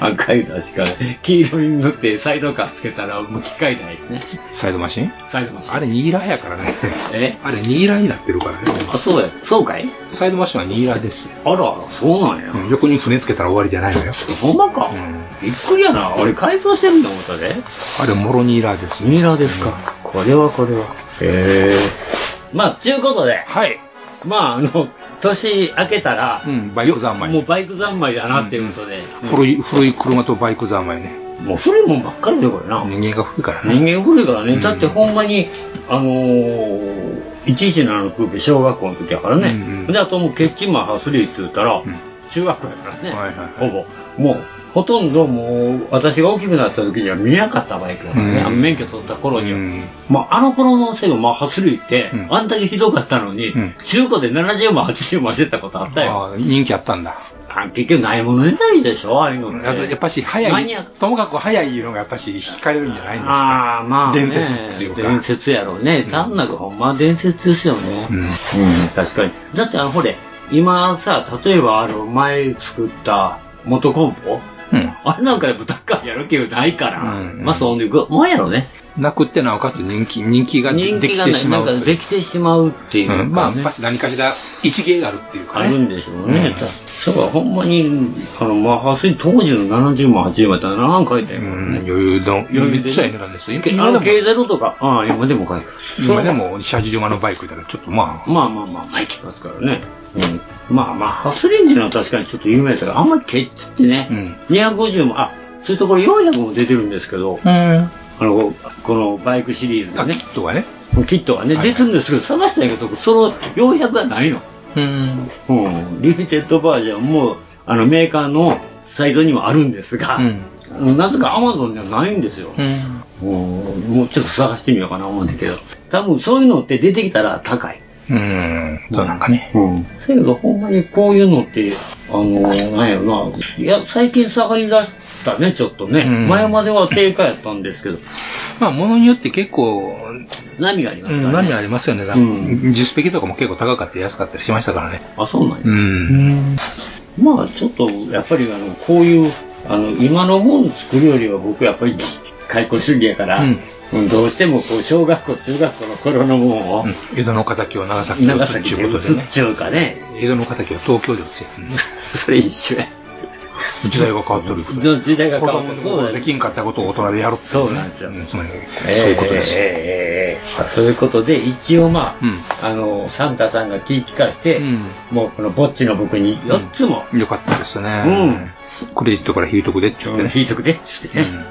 Speaker 6: 赤い確かに。黄色に塗ってサイドカーつけたら、もう機械ないですね。
Speaker 4: サイドマシン
Speaker 6: サイドマシン
Speaker 4: あれ、ニーラーやからね。
Speaker 6: え
Speaker 4: あれ、ニーラーになってるからね。
Speaker 6: あ、そうや。そうかい
Speaker 4: サイドマシンはニーラーですよ。
Speaker 6: あらあら、そうなんや。
Speaker 4: うん横に船つけたら終わりじゃないのよ。
Speaker 6: ほんまか、
Speaker 4: う
Speaker 6: びっくりやな。俺改造してるんだ思ったで。
Speaker 4: あれ、モロニーラーですよ。
Speaker 6: ミイラですか。これはこれは。へえ。まあ、ちゅうことで、
Speaker 4: はい。
Speaker 6: まあ、あの、年明けたら
Speaker 4: う、ん、バイク三昧。
Speaker 6: もうバイク三昧だなっていうことで、
Speaker 4: 古い、古い車とバイク三昧ね。
Speaker 6: もう古いもんばっかりだよ、これな。
Speaker 4: 人間が古いからね。
Speaker 6: 人間古いからね、
Speaker 4: うん
Speaker 6: だってほんまに、あのー、117の空気小学校の時やからね、
Speaker 4: うんうん
Speaker 6: であともうケッチンマンハスリーって言ったら、
Speaker 4: ん
Speaker 6: 中学校やからね、
Speaker 4: はいはい
Speaker 6: ほぼもうほとんどもう私が大きくなった時には見なかったバイクだからね、
Speaker 4: うん
Speaker 6: あの免許取った頃には、
Speaker 4: うん
Speaker 6: まあ、あの頃のせいマッハスリーって、
Speaker 4: うん
Speaker 6: あんだけひどかったのに、
Speaker 4: うん
Speaker 6: 中古で70万80万してたことあったよ
Speaker 4: ああ人気あったんだ。
Speaker 6: ああ結局ないものねだりでしょ、ああいうの
Speaker 4: やっぱ
Speaker 6: ね。
Speaker 4: やっぱし早
Speaker 6: マニア
Speaker 4: い、ともかく早いいうのがやっぱし惹かれるんじゃないんですか。
Speaker 6: ああ、まあ、ね。
Speaker 4: 伝説ですよ
Speaker 6: 伝説やろうね。単なるほんま伝説ですよね。
Speaker 4: うん
Speaker 6: うん確かに。だってあの、ほれ、今さ、例えばあの、前作った元コンポ
Speaker 4: うん。
Speaker 6: あれなんかで豚カーやる気がないから。
Speaker 4: うん
Speaker 6: まあ、そんで、もうやろね。
Speaker 4: なくってなおかつ人気、人気がで
Speaker 6: 人
Speaker 4: き
Speaker 6: 気が
Speaker 4: て
Speaker 6: ない。
Speaker 4: しま
Speaker 6: な
Speaker 4: うんと
Speaker 6: か
Speaker 4: いう。
Speaker 6: できてしまうっていうか、ね。
Speaker 4: うん、まあ、やっぱし何かしら一芸があるっていうか
Speaker 6: あ
Speaker 4: ね。
Speaker 6: るんでしょうね。
Speaker 4: うん
Speaker 6: だだからほんまに、あの、まあ、普通に当時の70も80もやったら何回だよ、
Speaker 4: う
Speaker 6: ね。
Speaker 4: ん、余裕の、めっちゃええ値段ですよ。
Speaker 6: けあ
Speaker 4: 今
Speaker 6: の、
Speaker 4: で
Speaker 6: 経
Speaker 4: も、
Speaker 6: 済とか、ああ、今でも書いてる。
Speaker 4: 今でも、車重馬のバイクだから、ちょっとまあ、
Speaker 6: まあまあまあ、まあ、いきますからね。うん。まあまあ、ハスレンジのは確かにちょっと有名だから、あんまりケッチってね、
Speaker 4: うん
Speaker 6: 250も、あ、そういうところ400も出てるんですけど、あの、このバイクシリーズ
Speaker 4: あ、
Speaker 6: で
Speaker 4: キ
Speaker 6: ね、
Speaker 4: ットがね。
Speaker 6: キットはね、
Speaker 4: はい
Speaker 6: 出てるんですけど、探したんやけど、その400はないの。
Speaker 4: うん。
Speaker 6: うん。リミテッドバージョンも、あの、メーカーのサイトにもあるんですが、
Speaker 4: うん
Speaker 6: うんなぜかアマゾンにはないんですよ。
Speaker 4: うん。
Speaker 6: うんもうちょっと探してみようかな思うんだけど、多分そういうのって出てきたら高い。
Speaker 4: うん。そうなんかね。
Speaker 6: うん。せやけど、ほんまにこういうのって、あのなんやろな。いや、最近下がりだしたね、ちょっとね。
Speaker 4: うん
Speaker 6: 前までは低下やったんですけど、
Speaker 4: まあ、ものによって結構、
Speaker 6: 波がありま
Speaker 4: う
Speaker 6: すか
Speaker 4: ん、
Speaker 6: らね。
Speaker 4: 波ありますよね。
Speaker 6: ん
Speaker 4: 実スペキとかも結構高かったり安かったりしましたからね。
Speaker 6: あ、そうなんや。
Speaker 4: うん。
Speaker 6: まあ、ちょっと、やっぱり、あの、こういう、あの、今の本作るよりは僕、やっぱり、開口主義やから、
Speaker 4: うん
Speaker 6: うんどうしても、こう、小学校、中学校の頃のもんを、
Speaker 4: 江戸の敵を長崎に移
Speaker 6: 長
Speaker 4: すっ
Speaker 6: 崎
Speaker 4: ち
Speaker 6: で
Speaker 4: ゅう
Speaker 6: 映
Speaker 4: こ
Speaker 6: っ
Speaker 4: とでね。
Speaker 6: ちゃうかね。
Speaker 4: 江戸の敵は東京で移すよ。
Speaker 6: それ一緒や。
Speaker 4: うん時代が変わっとることです。
Speaker 6: 時代が
Speaker 4: 子
Speaker 6: 変わ
Speaker 4: 供
Speaker 6: っ
Speaker 4: の
Speaker 6: て、そう
Speaker 4: 頃
Speaker 6: で。
Speaker 4: ですきんかったことを大人でやろう
Speaker 6: そうなんですよ。
Speaker 4: うんつまりそう
Speaker 6: ええ
Speaker 4: いうことですよ。
Speaker 6: ええええええそういうことで、一応まあ、
Speaker 4: うん
Speaker 6: あの、サンタさんが聞き聞かして、
Speaker 4: うん
Speaker 6: もうこのぼっちの僕に4つも、
Speaker 4: よかったですね。
Speaker 6: う
Speaker 4: クレジットから引いとくでっちゅってね。
Speaker 6: 引いとくでっつってね、
Speaker 4: うん
Speaker 6: うん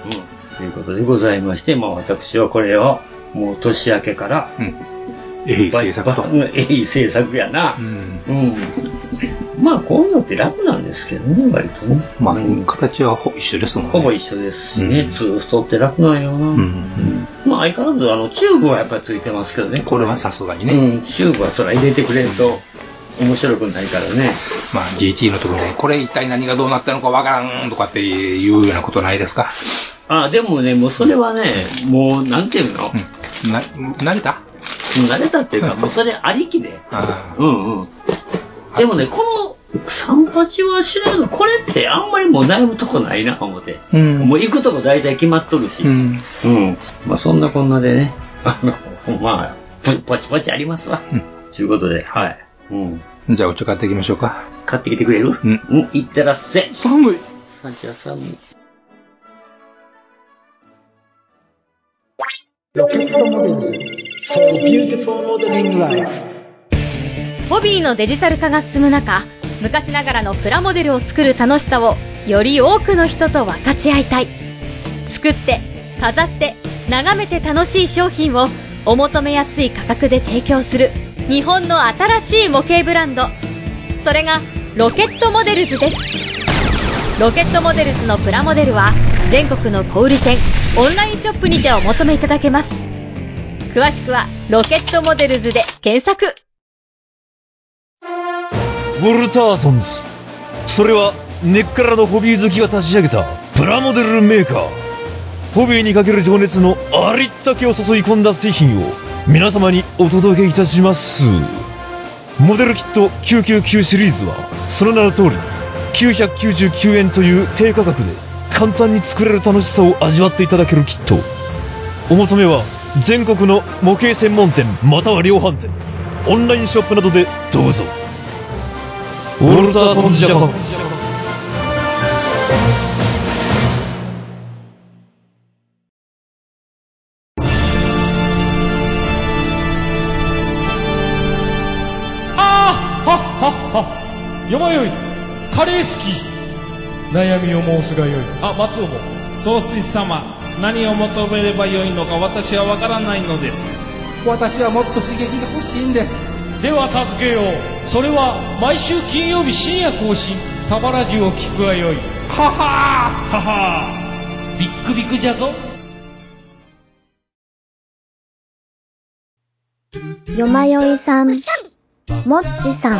Speaker 6: ということでございまして、まあ私はこれを、もう年明けから、
Speaker 4: うん。えい制作と。
Speaker 6: ばばうんえい制作やな
Speaker 4: う。ん。
Speaker 6: うん。まあこういうのって楽なんですけどね、割とね。
Speaker 4: まあ
Speaker 6: うん、
Speaker 4: 形はほぼ一緒ですもんね。
Speaker 6: ほぼ一緒ですしね、
Speaker 4: うん
Speaker 6: ツーストって楽なんよな。
Speaker 4: うん。
Speaker 6: まあ相変わらず、あの、チューブはやっぱりついてますけどね。
Speaker 4: これはさすがにね。
Speaker 6: うん、チューブはそら入れてくれると面白くないからね。
Speaker 4: まあ GT のところで、これ一体何がどうなったのかわからんとかっていうようなことないですか。
Speaker 6: あ、でもね、もうそれはね、もうなんていうの、も
Speaker 4: うん。な、慣れた
Speaker 6: う慣れたっていう か、もうそれありきで。
Speaker 4: あ
Speaker 6: うんうん。でもね、この38は知らんけど、これってあんまりもう悩むとこないな、思って。
Speaker 4: うん
Speaker 6: もう行くとこ大体決まっとるし。
Speaker 4: あ。うん。
Speaker 6: うん。まあそんなこんなでね、 あの、まあ、ぽぽちぽちありますわ。
Speaker 4: うん
Speaker 6: ということで、はい。うん。
Speaker 4: じゃあお茶買っていきましょうか。
Speaker 6: 買ってきてくれる
Speaker 4: うん
Speaker 6: うん、いってらっせ。
Speaker 4: 寒い。
Speaker 6: さんちゃんさんも。
Speaker 7: ホビーのデジタル化が進む中昔ながらのプラモデルを作る楽しさをより多くの人と分かち合いたい作って飾って眺めて楽しい商品をお求めやすい価格で提供する日本の新しい模型ブランドそれがロケットモデルズですロケットモデルズのプラモデルは全国の小売店オンラインショップにてお求めいただけます詳しくは「ロケットモデルズ」で検索
Speaker 8: ウォルターソンズそれは根っからのホビー好きが立ち上げたプラモデルメーカーホビーにかける情熱のありったけを注ぎ込んだ製品を皆様にお届けいたしますモデルキット999シリーズはその名の通り999円という低価格で簡単に作れる楽しさを味わっていただけるキットお求めは全国の模型専門店または量販店オンラインショップなどでどうぞウォルターソンズジャパン
Speaker 5: ああはっはっは山よいカレー好き悩みを申すがよいあ松尾も
Speaker 9: 総帥様何を求めればよいのか私はわからないのです
Speaker 5: 私はもっと刺激が欲しいんです
Speaker 9: では助けようそれは毎週金曜日深夜更新サバラジュを聞くがよいははははビックビックじゃぞ
Speaker 10: よまよいさん、もっちさん、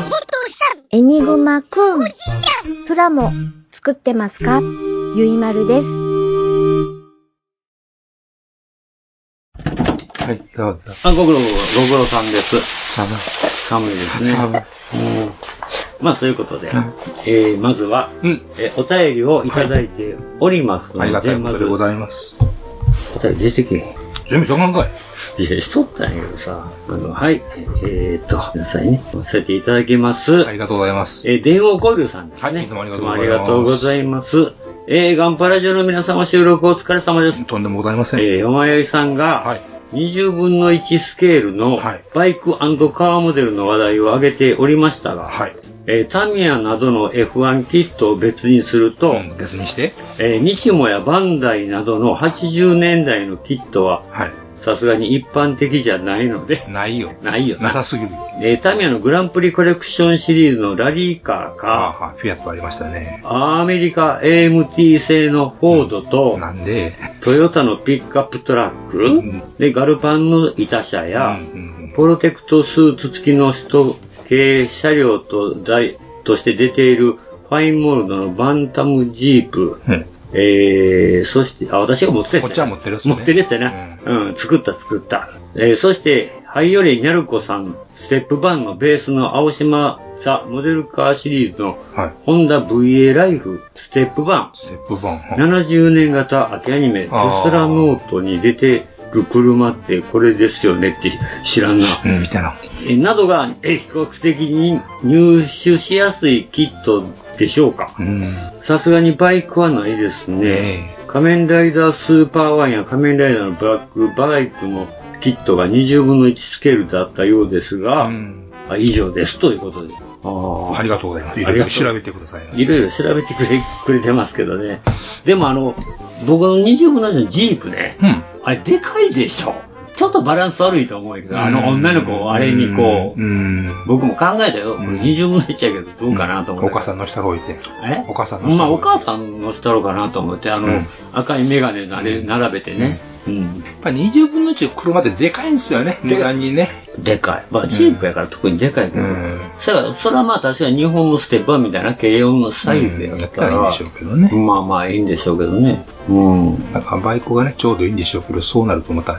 Speaker 10: エニグマくん、プラモ作ってますかゆいまるです。
Speaker 6: はい、どうぞ。あ、ご苦労、ご苦労さんです。寒い。寒いですね。
Speaker 4: 寒い
Speaker 6: うんまあ、ということで、えー、まずは、えーお便りをいただいておりますので、
Speaker 4: ありがたいこ
Speaker 6: ま
Speaker 4: と
Speaker 6: ず
Speaker 4: でございます。
Speaker 6: お便り出てけへん。
Speaker 4: 準備しとかんかい。
Speaker 6: いや、しとったんやけどさ。あの、はい。えー、っと、ごめんなさいね。させていただきます。あり
Speaker 4: がとうございます。
Speaker 6: えー、電話コールさんですね。
Speaker 4: はい、いつもありが
Speaker 6: ど
Speaker 4: と
Speaker 6: う
Speaker 4: うご
Speaker 6: もあ
Speaker 4: ざいます。
Speaker 6: りがとうございます。えー、ガンパラジオの皆様収録お疲れ様です。
Speaker 4: とんでもございません。
Speaker 6: えー、山よいさんが、20分の1スケールのバイクカーモデルの話題を挙げておりましたが、えータミヤなどの F1 キットを別にすると、
Speaker 4: 別にして、
Speaker 6: えーニチモやバンダイなどの80年代のキットは、さすがに一般的じゃないので。
Speaker 4: ないよ。
Speaker 6: ないよ。
Speaker 4: なさすぎる。
Speaker 6: えータミヤのグランプリコレクションシリーズのラリーカーか、
Speaker 4: フィアットありましたね。
Speaker 6: アメリカ AMT 製のフォードと、トヨタのピックアップトラック、でガルパンの板車や、プロテクトスーツ付きの首都系車両と大として出ているファインモールドのバンタムジープ、えー、そして、あ、私が持ってたやつ、ね。こっちは持ってるやつ、ね。持ってるやつやな。うん、作った作った。えー、そして、ハイヨレニャルコさん、ステップバンのベースの青島ザ・モデルカーシリーズの、ホンダ VA ライフ、ステップバン。
Speaker 4: ステップバン。
Speaker 6: 70年型秋アニメ、テス
Speaker 4: あー
Speaker 6: ラノートに出てく車ってこれですよねって知らんな。
Speaker 4: うん、みたいな。
Speaker 6: えなどがえ比較的に入手しやすいキットでしょうかさすがにバイクはないですね、仮面ライダースーパーワンや仮面ライダーのブラックバイクのキットが20分の1スケールだったようですが、あ以上ですということであ
Speaker 4: ありがとうございます。い
Speaker 6: あ
Speaker 4: ろ
Speaker 6: り
Speaker 4: いろ
Speaker 6: がとう
Speaker 4: 調べてください。
Speaker 6: いろいろ調べてくれくれてますけどね。でもあの、僕の20分の1のジープね、あれでかいでしょ。ちょっとバランス悪いと思うけど、あの女の子をあれにこう、僕も考えたよ。これ20分の1やけど、どうかなと思って。お母
Speaker 4: さんの下が置いて。
Speaker 6: え
Speaker 4: お母さんの
Speaker 6: まあお母さんのしたろうかなと思って、あの、赤いメガネのあれ並べてね。うん。
Speaker 4: やっぱ20分の1車ってでかいんですよね、値段にね。
Speaker 6: でかい。まあ、チープやから特にでかいけど。それは、それはまあ確かに日本のステッパーみたいな軽音のサイズや
Speaker 4: う
Speaker 6: ったら、
Speaker 4: んやったらいいんでしょうけどね。
Speaker 6: まあまあいいんでしょうけどね。うん。
Speaker 4: だからバイクがね、ちょうどいいんでしょうけど、そうなるとまた、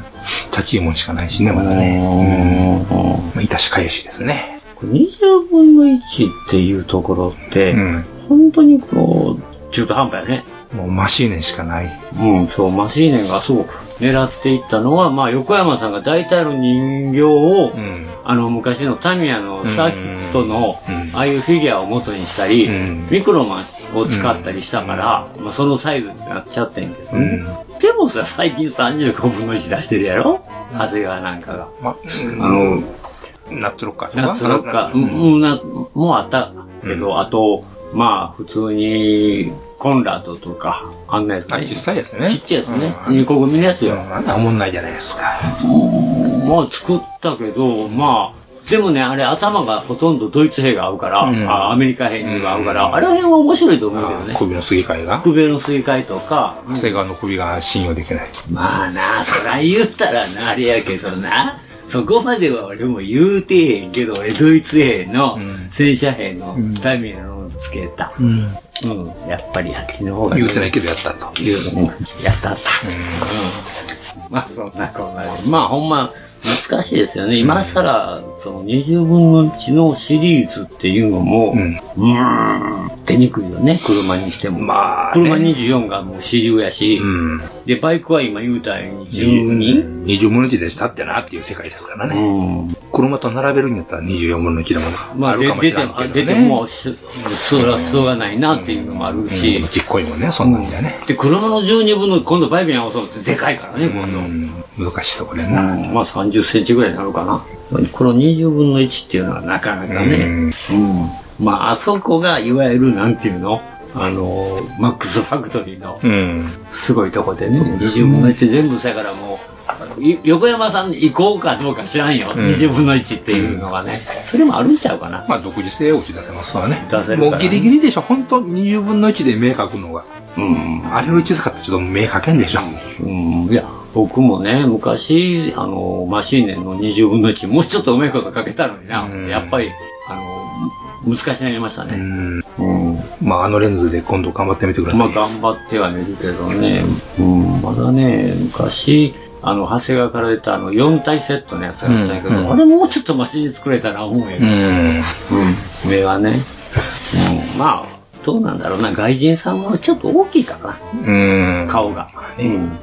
Speaker 4: チャチいもんしかないしね、まだね。うん。まあ、いたしかゆしですね。
Speaker 6: これ20分の1っていうところって、本当にこう、中途半端やね。
Speaker 4: もうマシーネンしかない。
Speaker 6: うん、そう、マシーネンがそう、狙っていったのは、まあ、横山さんが大体の人形を、あの、昔のタミヤのサーキットの、ああいうフィギュアを元にしたり、ミクロマンを使ったりしたから、まあ、そのサイズになっちゃってんけどね、でもさ、最近35分の1出してるやろ長谷川なんかが。あの、
Speaker 4: ナッツロッカーとか
Speaker 6: ナッツロッカー、う
Speaker 4: うんん
Speaker 6: うん、なもうあったけど、あと、まあ、普通に、コンラードとか、あんなやつね。小
Speaker 4: さいやつね。
Speaker 6: ちっちゃいやつね。二個組のやつよ。あ
Speaker 4: んなもんないじゃないですか。
Speaker 6: まあ、作ったけど、まあ、でもね、あれ、頭がほとんどドイツ兵が合うから、あアメリカ兵にが合うから、あれ辺は面白いと思うけどね。
Speaker 4: 首のすり替えが。
Speaker 6: 首のすり替えとか。
Speaker 4: 長谷川の首が信用できない。
Speaker 6: まあな、そら言ったらな、あれやけどな。そこまでは俺も言うてへんけど、俺ドイツ兵の戦車兵のタミヤのをつけた。
Speaker 4: うん。
Speaker 6: うん、やっぱりあっちの方が。
Speaker 4: 言うてないけどやったと。
Speaker 6: 言うやったった。うん。 まあそんなこんなで。まあほんま、難しいですよね。今更、その20分の1のシリーズっていうのも、うーん、出にくいよね、車にしても。まあ、車24がもう主流やし、で、バイクは今言うたように12、
Speaker 4: 20分の1でしたってなっていう世界ですからね。車と並べるんやったら24分の1でも
Speaker 6: まあ、
Speaker 4: ある
Speaker 6: で
Speaker 4: かもし
Speaker 6: 出
Speaker 4: れない
Speaker 6: ても、あ
Speaker 4: けど
Speaker 6: 出て
Speaker 4: ね。
Speaker 6: も、しそら、しょうがないなっていうのもあるし。
Speaker 4: ちっこいもんね、そんなんじゃね。
Speaker 6: で、車の12分の、今度バイクに合わそうってでかいからね、今度。
Speaker 4: 難しいとこ
Speaker 6: ね。まあ30センチぐらいになるかな。この20分の1っていうのはなかなかね。うん。まあ、あそこが、いわゆる、なんていうのあの、マックスファクトリーの、すごいとこでね、20分の1全部さからもう、い横山さん行こうかどうか知らんよ、
Speaker 4: うん
Speaker 6: 20分の1っていうのがね、それもあるんちゃうかな。
Speaker 4: まあ、独自性を打ち出せますわね。
Speaker 6: 出せる
Speaker 4: も
Speaker 6: か
Speaker 4: う
Speaker 6: ら
Speaker 4: ギリギリでしょ、本当20分の1で目描くのが。
Speaker 6: うん。
Speaker 4: あれの1使ったらちょっと目描けんでしょ。
Speaker 6: うん、いや、僕もね、昔、あの、マシーネの20分の1、もうちょっとうまいことかけたのにな、やっぱり、あの、難しくなりましたね。
Speaker 4: うん。まあ、あのレンズで今度頑張ってみてください。
Speaker 6: まあ頑張ってはみるけどね、うん、まだね、昔、あの、長谷川から出たあの、4体セットのやつがあったんやけど、
Speaker 4: うん
Speaker 6: あれもうちょっとマシに作れたら思うんやけど、
Speaker 4: うん。
Speaker 6: 目はね、うん、まあ、どうなんだろうな、外人さんはちょっと大きいか
Speaker 4: うん
Speaker 6: な、。顔が。うん、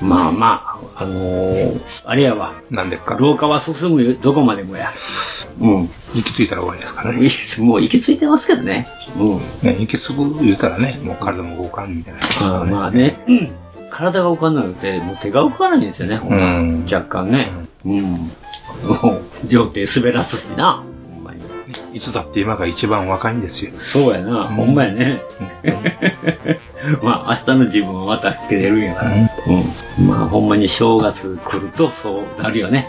Speaker 6: まあまあ、あのーあれやわ、
Speaker 4: なんでっか。
Speaker 6: 廊下は進むよ、どこまでもや。うん。
Speaker 4: 行き着いたら終わりですからね。
Speaker 6: もう行き着いてますけどね。うん。
Speaker 4: ね、行き過ぐ言うたらね、もう体も動かんみたいな。
Speaker 6: あーまあね、うん体が動かないので、もう手が動かないんですよね、ほんま
Speaker 4: うん
Speaker 6: 若干ね。うん。もう、両手滑らすしな。ほんまに。
Speaker 4: いつだって今が一番若いんですよ。
Speaker 6: そうやな、ほんまやね。まあ、明日の自分はまた受けれるんやから。うん。まあ、ほんまに正月来るとそうなるよね。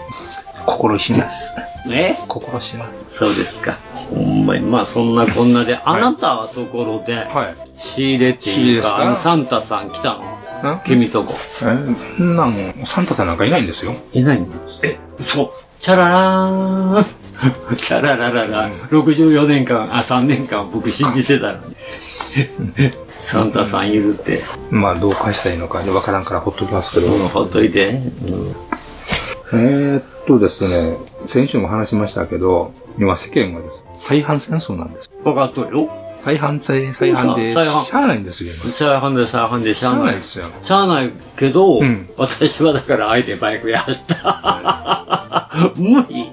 Speaker 4: 心します。
Speaker 6: え
Speaker 4: 心します。
Speaker 6: そうですか。ほんまに。まあ、そんなこんなで、あなたはところで、仕入れって
Speaker 4: 仕入れ
Speaker 6: い
Speaker 4: で
Speaker 6: う
Speaker 4: す
Speaker 6: か、
Speaker 4: か
Speaker 6: あのサンタさん来たの
Speaker 4: うん
Speaker 6: 君とこ。
Speaker 4: えーなん、サンタさんなんかいないんですよ。
Speaker 6: いないんです。え、嘘。チャララーン。 チャララララ。64年間、あ、3年間僕信じてたのに。 サンタさんいるって。
Speaker 4: まあ、どう返したらいいのかわからんからほっときますけど。
Speaker 6: うんほっといて。うん。
Speaker 4: えーっとですね、先週も話しましたけど、今世間がです、再犯戦争なんです。
Speaker 6: 分かっとるよ。
Speaker 4: 再犯、再再犯で、
Speaker 6: そうそう再犯
Speaker 4: しゃあないんですよ、今。
Speaker 6: 再犯で再犯でしゃ
Speaker 4: し
Speaker 6: あ
Speaker 4: ゃあ
Speaker 6: な
Speaker 4: ないいですよ
Speaker 6: しゃあないけど、
Speaker 4: うん
Speaker 6: 私はだからあえてバイクやらした。無理。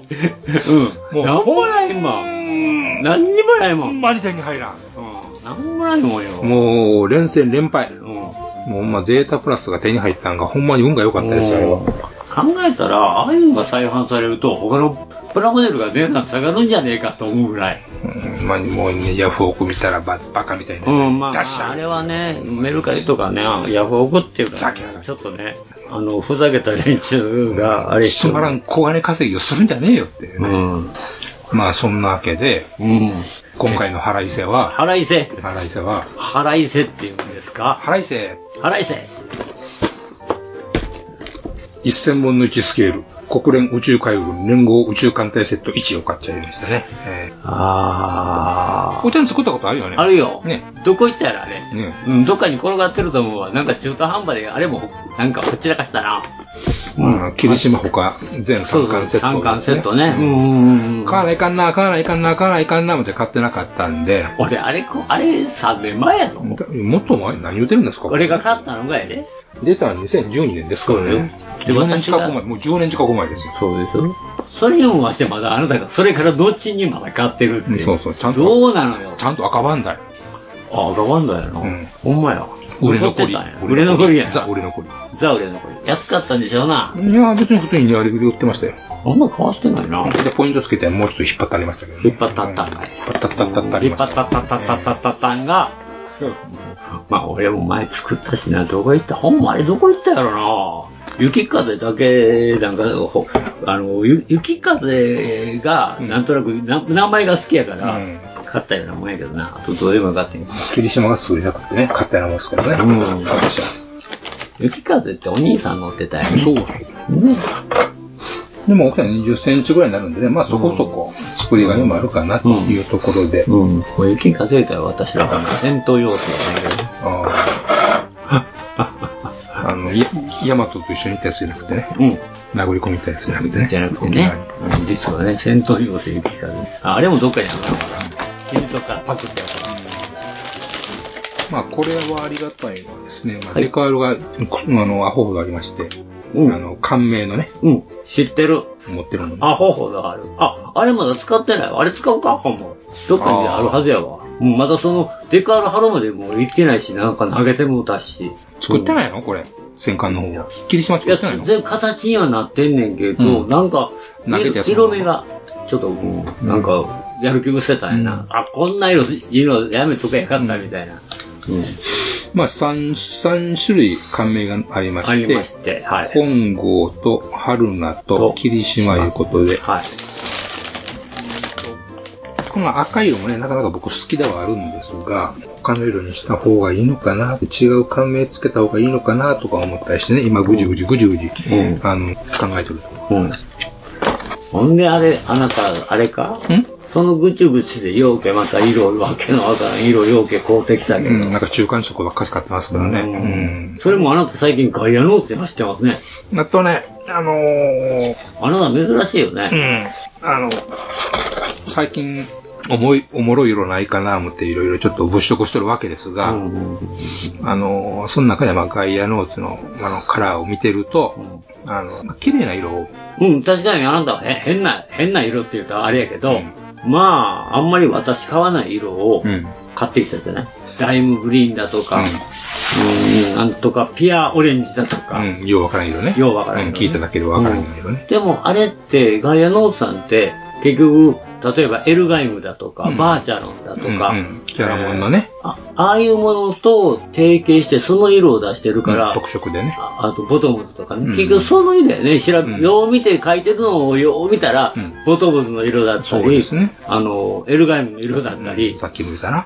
Speaker 6: うん。なんもないもん。何にもないもん。
Speaker 4: マジでに入らん。
Speaker 6: うん。なんもないもんよ。
Speaker 4: もう、連戦連敗。
Speaker 6: うん。
Speaker 4: もう、まあ、ゼータプラスが手に入ったんが、ほんまに運が良かったですよ。
Speaker 6: 考えたら、ああいうのが再販されると、他のプラモデルが値段下がるんじゃねえかと思うぐらい。
Speaker 4: うんまあ、もう、ね、ヤフオク見たらババカみたいな。
Speaker 6: うん、まあ、
Speaker 4: ダッシャー
Speaker 6: あれはね、メルカリとかね、ヤフオクっていうか、ちょっとね、あの、ふざけた連中が、あれ
Speaker 4: つまらん小金稼ぎをするんじゃねえよって、ね
Speaker 6: うん。
Speaker 4: まあ、そんなわけで、
Speaker 6: うん。
Speaker 4: 今回の腹いせは、
Speaker 6: 払いせ。
Speaker 4: 腹いせは、
Speaker 6: 払いせっていうんですか
Speaker 4: 腹いせ
Speaker 6: 払いせ。
Speaker 4: 1000分の1スケール、国連宇宙海軍連合宇宙艦隊セット1を買っちゃいましたね。え
Speaker 6: あ
Speaker 4: ー、おちゃん作ったことあるよね
Speaker 6: あ。あるよ。
Speaker 4: ね。
Speaker 6: どこ行ったやら、あれ。
Speaker 4: ね。
Speaker 6: うん、どっかに転がってると思うわ。なんか中途半端で、あれも、なんかほっちらかしたな。
Speaker 4: まあ、霧島ほか、全
Speaker 6: そ
Speaker 4: 3
Speaker 6: うそう
Speaker 4: 巻セット、
Speaker 6: 三巻セットね。
Speaker 4: う
Speaker 6: うんんうんうん。
Speaker 4: 買わないかんな、買わないかんな、買わないかんな、まで買ってなかったんで、
Speaker 6: 俺、あれこ、あれ3年前やぞ。
Speaker 4: もっと前、何言うてるんですか
Speaker 6: 俺が買ったのがやで。
Speaker 4: 出たの2012年ですからね。
Speaker 6: で
Speaker 4: 10年
Speaker 6: 私
Speaker 4: 近
Speaker 6: が
Speaker 4: く前、もう10年近く前ですよ。
Speaker 6: そうですよ。それにもましてまだあなたが、それから後にまだ買ってるっていう。
Speaker 4: そうそう、ちゃんと、
Speaker 6: どうなのよ
Speaker 4: ち。ゃんと赤番台。
Speaker 6: あ、ガバンダやな。
Speaker 4: うん
Speaker 6: ほんまや。
Speaker 4: 売れ残り
Speaker 6: 残ってたんや。売れ残りや
Speaker 4: ザ、売れ残り。
Speaker 6: ザ売れ残り。安かったんでしょうな。
Speaker 4: いや、別に普通にねあれ売ってましたよ。
Speaker 6: あんま変わってないな。
Speaker 4: で、ポイントつけて、もうちょっと引っ張ってありましたけどね。
Speaker 6: 引っ張ったったん
Speaker 4: うん
Speaker 6: かい
Speaker 4: 引っ張ったったったったあり
Speaker 6: リ
Speaker 4: ま
Speaker 6: パ
Speaker 4: し
Speaker 6: タ
Speaker 4: た。
Speaker 6: タタタタタタンが、まあ俺も前作ったしな、どこ行った、ほんまあれどこ行ったやろな。雪風だけ、なんか、ほあの、ゆ雪風が、なんとなく、な名前が好きやから
Speaker 4: うん、
Speaker 6: 買ったようなもんやけどな。あとどうでもよかったんや
Speaker 4: 霧島が作りたくてね、勝手なもんですけどね。
Speaker 6: うん
Speaker 4: 買いました
Speaker 6: 雪風ってお兄さん乗ってたやんね。ね
Speaker 4: でも、大きさ20センチぐらいになるんでね、まあそこそこ作りがいもあるかなっていうところで。
Speaker 6: うん。もう雪風言うたら私らが戦闘要素やねんけどね。
Speaker 4: あー あの、いヤマトと一緒にいたやつじゃなくてね、
Speaker 6: うん。
Speaker 4: 殴り込みたやつじゃなくてね。
Speaker 6: じゃなくてね、うん実はね、戦闘用性機からね。ああれもどっかにあったのかな。君とかパクってやった。
Speaker 4: まあ、これはありがたいのはですね、まあ、
Speaker 6: はい
Speaker 4: デカールが、あの、アホほどありまして、
Speaker 6: うん
Speaker 4: あの、感銘のね、
Speaker 6: うん、知ってる。
Speaker 4: 持ってるのね
Speaker 6: あ、ほうほうがある。あ、あれまだ使ってないわ。あれ使うかほんま。どっかにあるはずやわ。うん、まだその、デカールハロまでもう行ってないし、なんか投げてもたし。
Speaker 4: 作ってないのこれ。戦艦の方は。霧島
Speaker 6: い
Speaker 4: 作
Speaker 6: や、
Speaker 4: ってないの
Speaker 6: 全然形にはなってんねんけど、
Speaker 4: うん
Speaker 6: なんか、
Speaker 4: 投げてやつ
Speaker 6: 色目が、ちょっと、うん、なんか、やる気失せたんやな。あ、こんな色、色やめとけやかったみたいな。うん、
Speaker 4: まあ、三、三種類艦名がありま
Speaker 6: あ
Speaker 4: し
Speaker 6: りま
Speaker 4: て、
Speaker 6: して、はい。
Speaker 4: 本郷と春菜と
Speaker 6: と
Speaker 4: 霧島いうことで、
Speaker 6: はい。
Speaker 4: この赤色もね、なかなか僕好きではあるんですが、他の色にした方がいいのかな、違う艦名つけた方がいいのかなとか思ったりしてね、今ぐじぐじぐじぐじ、
Speaker 6: うん
Speaker 4: あの、考えてるところ
Speaker 6: うん。ほんであれ、あなた、あれか
Speaker 4: ん
Speaker 6: そのぐちゅぐちゅでようけまた色、わけのわからん色ようけ買うてきたけど。
Speaker 4: なんか中間色ばっかし買ってますからね。うん。
Speaker 6: それもあなた最近外野ノースで走ってますね。
Speaker 4: なっとね、あのー、
Speaker 6: あなた珍しいよね。
Speaker 4: うん。あの、最近、おもい、おもろい色ないかな、思っていろいろちょっと物色してるわけですが、あの、その中でまあガイアノーツのあのカラーを見てると、あの、綺麗な色を、
Speaker 6: うん、確かにあなたはへ変な、変な色って言うとあれやけど、まあ、あんまり私買わない色を買ってきたじゃない、ライムグリーンだとか、うんなんとかピアオレンジだとか。
Speaker 4: うん、ようわからん色ね。
Speaker 6: ようわからん色、
Speaker 4: 聞いただけでわからん色ね。
Speaker 6: でもあれって、ガイアノースさんって、結局、例えばエルガイムだとか、
Speaker 4: うん
Speaker 6: バーチャロンだとか、
Speaker 4: うんうんキャラモンのね、
Speaker 6: ああいうものと提携してその色を出してるから、
Speaker 4: 特色でね。
Speaker 6: あとボトムズとかね、
Speaker 4: うん
Speaker 6: 結局その色やね、調べ、よう見て書いてるのをよう見たら、ボトムズの色だった
Speaker 4: そう
Speaker 6: り、
Speaker 4: ですね
Speaker 6: あの、エルガイムの色だったり、
Speaker 4: さっきも言ったな。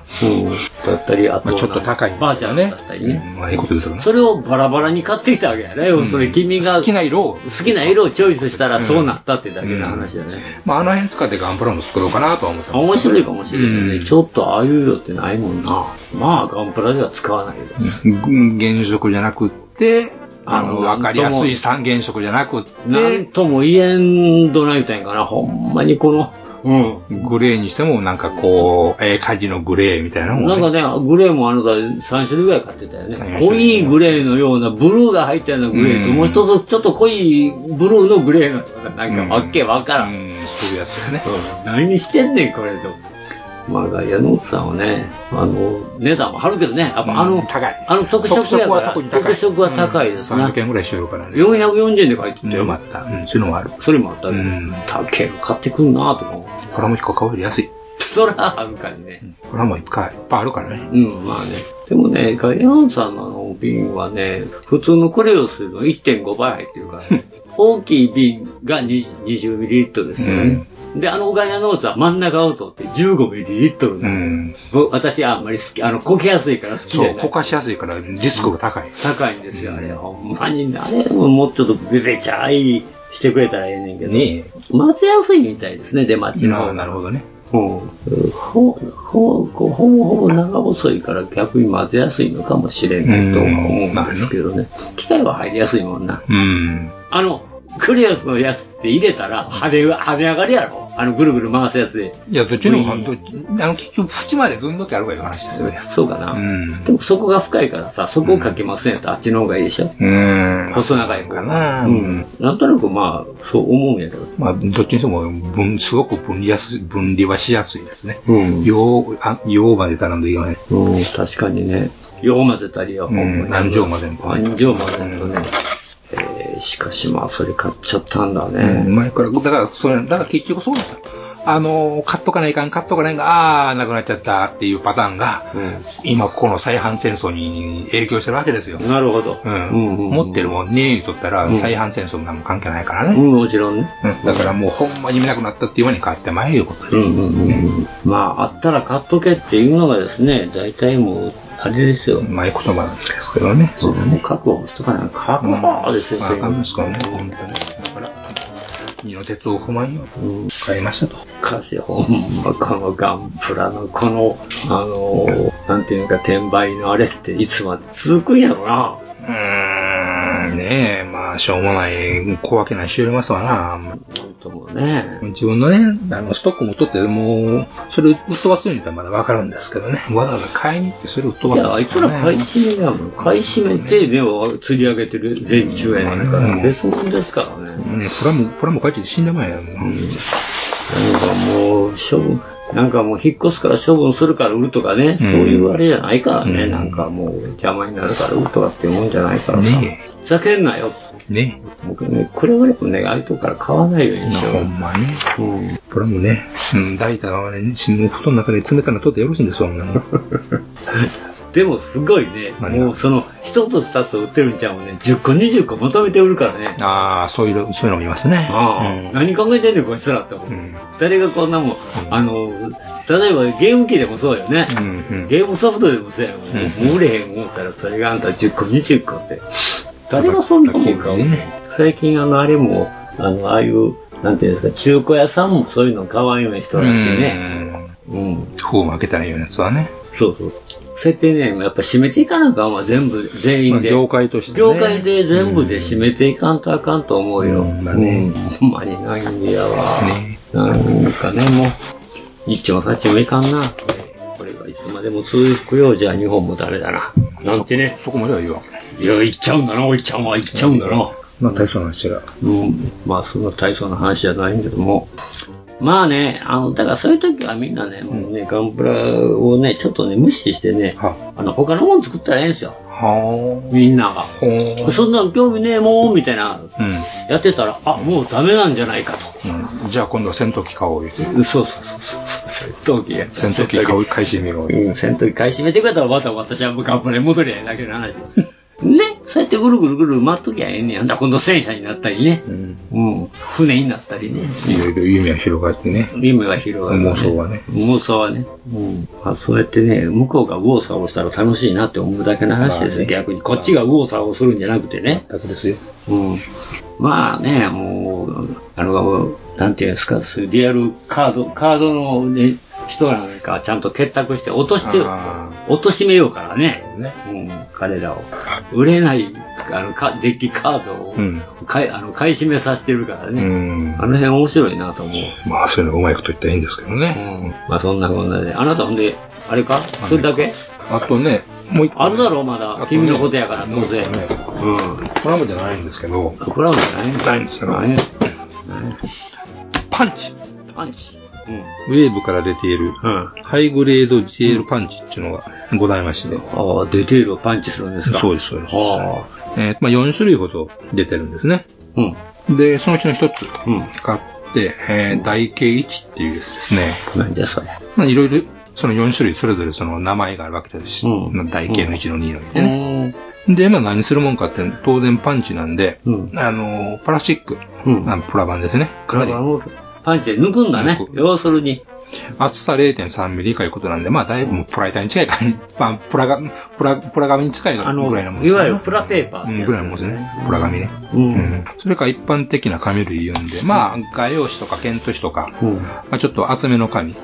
Speaker 6: だったり、あと、
Speaker 4: まあちょっと高い
Speaker 6: バーチャルだったりね。
Speaker 4: まあ、いいこと言うとるな。
Speaker 6: それをバラバラに買ってきたわけやね。それ君が好き
Speaker 4: な色を。
Speaker 6: 好きな色をチョイスしたらそうなったってだけの話だね。
Speaker 4: まあ、あの辺使ってガンプラも作ろうかなとは思ってます。
Speaker 6: 面白いかもしれないね、ちょっとああいう色ってないもんな。まあ、ガンプラでは使わないけど。
Speaker 4: うん原色じゃなくって、あ
Speaker 6: あの
Speaker 4: の、わかりやすい三原色じゃなくって、
Speaker 6: なんとも言えんどない言うたんやかな、ほんまにこの、
Speaker 4: うん。グレーにしても、なんかこう、ええ感じのグレーみたいなもんね。
Speaker 6: なんかね、グレーもあなた3種類ぐらい買ってたよね。
Speaker 4: 種類
Speaker 6: 濃いグレーのような、ブルーが入ったようなグレーと、
Speaker 4: うん
Speaker 6: もう一つちょっと濃いブルーのグレーのような、なんかわっけわからん。
Speaker 4: そういうやつだね。
Speaker 6: 何してんねん、これと。まあ、ガイアノーツさんはね、あの、値段も張るけどね、やっぱあの、
Speaker 4: 高い。
Speaker 6: あの特色や
Speaker 4: 特色
Speaker 6: から
Speaker 4: は特に高い。
Speaker 6: 特色は高いですね
Speaker 4: 300円ぐらいしようからね。
Speaker 6: 440円で買いてたよ。
Speaker 4: また。うん、そういうのもある。
Speaker 6: それもあった。
Speaker 4: うん。
Speaker 6: 高いの買ってくんなとか思う。
Speaker 4: コラム1個買うより安い。
Speaker 6: そら、はるかにね。
Speaker 4: コラムいっぱいいっぱいあるからね。
Speaker 6: うん、まあね。でもね、ガイアンさんのあの瓶はね、普通のクレオスの1.5倍入ってるから、 ね、大きい瓶が20 20ミリリットルですよね。で、あのガイアノーツは真ん中を取って15ミリリットルなの、僕私あんまり好き、あの、こけやすいから好きじゃ
Speaker 4: そ
Speaker 6: な
Speaker 4: う、
Speaker 6: い。
Speaker 4: こかしやすいからリスクが高い。
Speaker 6: 高いんですよ、あれ。ほんまに、あれももうちょっとベベチャいしてくれたらええねんけど。
Speaker 4: ね
Speaker 6: 混ぜやすいみたいですね、出待ちの方が。
Speaker 4: なるほどね。
Speaker 6: うん。ほほほぼほぼ長細いから逆に混ぜやすいのかもしれんとは思うんですけどね。機械は入りやすいもんな。
Speaker 4: うん。
Speaker 6: あの、クリアスのやつって入れたら跳ね跳ね上がるやろ。あの、ぐるぐる回すやつで。
Speaker 4: いや、どっちの方が、どっちあの、結局、縁までどんどけあるかいう話ですよね。
Speaker 6: そうかな。でもそこが深いからさ、そこをかけませんとあっちの方がいいでしょ。
Speaker 4: うん。
Speaker 6: 細長い方が。
Speaker 4: な
Speaker 6: うん。なんとなくまあ、そう思うんやけど。
Speaker 4: まあ、どっちにしても分、すごく分離やすい、分離はしやすいですね。
Speaker 6: うん。
Speaker 4: よう、あ、ようまでたらんといけない。
Speaker 6: うん、確かにね。よう混ぜたりは、ほんまに。
Speaker 4: 何畳までも
Speaker 6: 何畳までもね。えーしかしまあ、それ買っちゃったんだね。
Speaker 4: うん前から、だから、それ、だから結局そうなんですよ。あの、買っとかないかん、買っとかないかん、あー、なくなっちゃったっていうパターンが、今、この再販戦争に影響してるわけですよ。
Speaker 6: なるほど。
Speaker 4: うん。持ってるもんね、言うとったら、
Speaker 6: うん
Speaker 4: 再販戦争なんも関係ないからね。
Speaker 6: うん、もちろんね。
Speaker 4: うんだからもう、ほんまに見なくなったっていうように買ってまいいうことです。
Speaker 6: うんうんうん。まあ、あったら買っとけっていうのがですね、大体もう、あれですよ。
Speaker 4: まあ、言葉なんですけどね。そうだ
Speaker 6: ね。覚悟しとかない。覚悟ですよ、
Speaker 4: まあ、わかんないですからね、本当に。だから、二の鉄を踏まんように買いましたと。
Speaker 6: かし、ほんま、このガンプラの、この、あのー、なんていうか、転売のあれって、いつまで続くんやろな。
Speaker 4: うーん、ねえ、まあ、しょうもない、小分けないしおりますわな。
Speaker 6: ともね。
Speaker 4: 自分のね、あの、ストックも取って、もう、それ売っ飛ばすように言ったらまだわかるんですけどね。わざわざ買いに行って、それ売っ飛ば
Speaker 6: い
Speaker 4: すん
Speaker 6: や、あ
Speaker 4: で
Speaker 6: い
Speaker 4: す
Speaker 6: つ
Speaker 4: かららね。
Speaker 6: 買い占めやもん。買い占めて、でも釣り上げてる連中やねんから、別物ですからね。
Speaker 4: ねプラも、プラも帰って死んだまえやん。
Speaker 6: なんかもう、処分、なんかもう引っ越すから処分するから売るとかね、そういうあれじゃないからね、なんかもう邪魔になるから売るとかってもんじゃないからさ。ふざけんなよ。
Speaker 4: ね
Speaker 6: 僕ね、くれぐれもね、ああいうとこから買わないようにしよう。
Speaker 4: ほんまに。プラもね、うん、抱いたままね、死ぬ布団の中で冷たいの取ってよろしいんですわ、もう
Speaker 6: でもすごいね、もうその、一つ二つ売ってるんちゃうもんね、10個20個求めて売るからね。
Speaker 4: ああ、そういうの、そういうのもいますね。
Speaker 6: ああ何考えてんねん、こいつらって思う。誰がこんなもん、あの、例えばゲーム機でもそうよね。ゲームソフトでもそうやもん。もう売れへん思ったら、それがあんた10個、20個って。誰がそんなもん買うねん最近あの、あれも、あの、ああいう、なんていうんですか、中古屋さんもそういうの買わんような人らしいね。うん。
Speaker 4: 封も開けたらいいようなやつはね。
Speaker 6: そうそう。そうやってね、やっぱ締めていかなあかんわ、全部、全員で。
Speaker 4: まあ業界としてね
Speaker 6: 業界で全部で締めていかんとあかんと思うよ。うん、
Speaker 4: ね
Speaker 6: ほんまにないんやわ。なんかね、もう、一丁もさっちもいかんな。これがいつまでも続くようじゃ、日本もダメだな。なんてね。
Speaker 4: そこまでは言わん。
Speaker 6: いや、行っちゃうんだな、おいちゃんは行っちゃうんだな。
Speaker 4: まあ、大層な話が。
Speaker 6: うん。まあ、そんな大層な話じゃないんだけども。まあね、あの、だからそういう時はみんなね、もうね、ガンプラをね、ちょっとね、無視してね、あの、他のもの作ったらええんですよ。みんなが。そんなん興味ねえもん、みたいな、やってたら、あ、もうダメなんじゃないかと。
Speaker 4: じゃあ今度は戦闘機買おう言うて。
Speaker 6: そうそうそうそう。闘機や。
Speaker 4: 戦闘機買う、買い占めよう
Speaker 6: 言うて。戦闘機買い占めてくれたら、また私はもうガンプラに戻りゃええ だけの話です。ね、そうやってぐるぐるぐる回っときゃええねやんだ。今度戦車になったりね、うん、船になったりね、
Speaker 4: いろいろ夢は広がってね。
Speaker 6: 夢は広がる、
Speaker 4: 妄想はね。
Speaker 6: 妄想はね、うんあ、そうやってね、向こうが右往左往したら楽しいなって思うだけの話ですよ、逆に。こっちが右往左往するんじゃなくてね。
Speaker 4: 全くですよ。
Speaker 6: うん、まあね、もう、あの、なんていうんですか、そういうリアルカード、カードの、ね、人なんかはちゃんと結託して落として、落としめようからね。うん、彼らを。売れない、あの、かデッキカードを、買いあの買い占めさせてるからね。あの辺面白いなと思う。
Speaker 4: まあ、そういうのうまいこと言ったらいいんですけどね。
Speaker 6: まあ、そんなこんなで。あなたほんで、あれかそれだけ
Speaker 4: あとね、もう一個。
Speaker 6: あるだろう、まだ。君のことやから、当然。うん。
Speaker 4: コラムじゃないんですけど。
Speaker 6: コラムじゃない
Speaker 4: ないんですけど。パンチ。
Speaker 6: パンチ。うん。
Speaker 4: ウェーブから出ている、ハイグレード GL パンチっていうのがございまして。
Speaker 6: ああ、出ているパンチするんですか
Speaker 4: そうです、そうです。えーまあ、4種類ほど出てるんですね。で、そのうちの一つ買って、えー台形1っていうやつですね。
Speaker 6: なんじゃそれ。
Speaker 4: まあ、いろいろ、その4種類それぞれその名前があるわけですし、まあ台形の1の2の2でね。で、まあ何するもんかって、当然パンチなんで、あのー、プラスチック、あのプラ板ですね。かなり
Speaker 6: パンチで抜くんだね。要するに。
Speaker 4: 厚さ0.3ミリ以下いうことなんで、まあ、だいぶもうプラ板に近いか、まあ、プラが、プラ、プラ紙に近いぐらいのものですね。
Speaker 6: いわゆるプラペーパーって
Speaker 4: う
Speaker 6: や
Speaker 4: ん、
Speaker 6: つ
Speaker 4: ぐらいのもんですね。プラ紙ね。うん。それから一般的な紙類言うんで、まあ、画用紙とか剣としとか、まあ、ちょっと厚めの紙。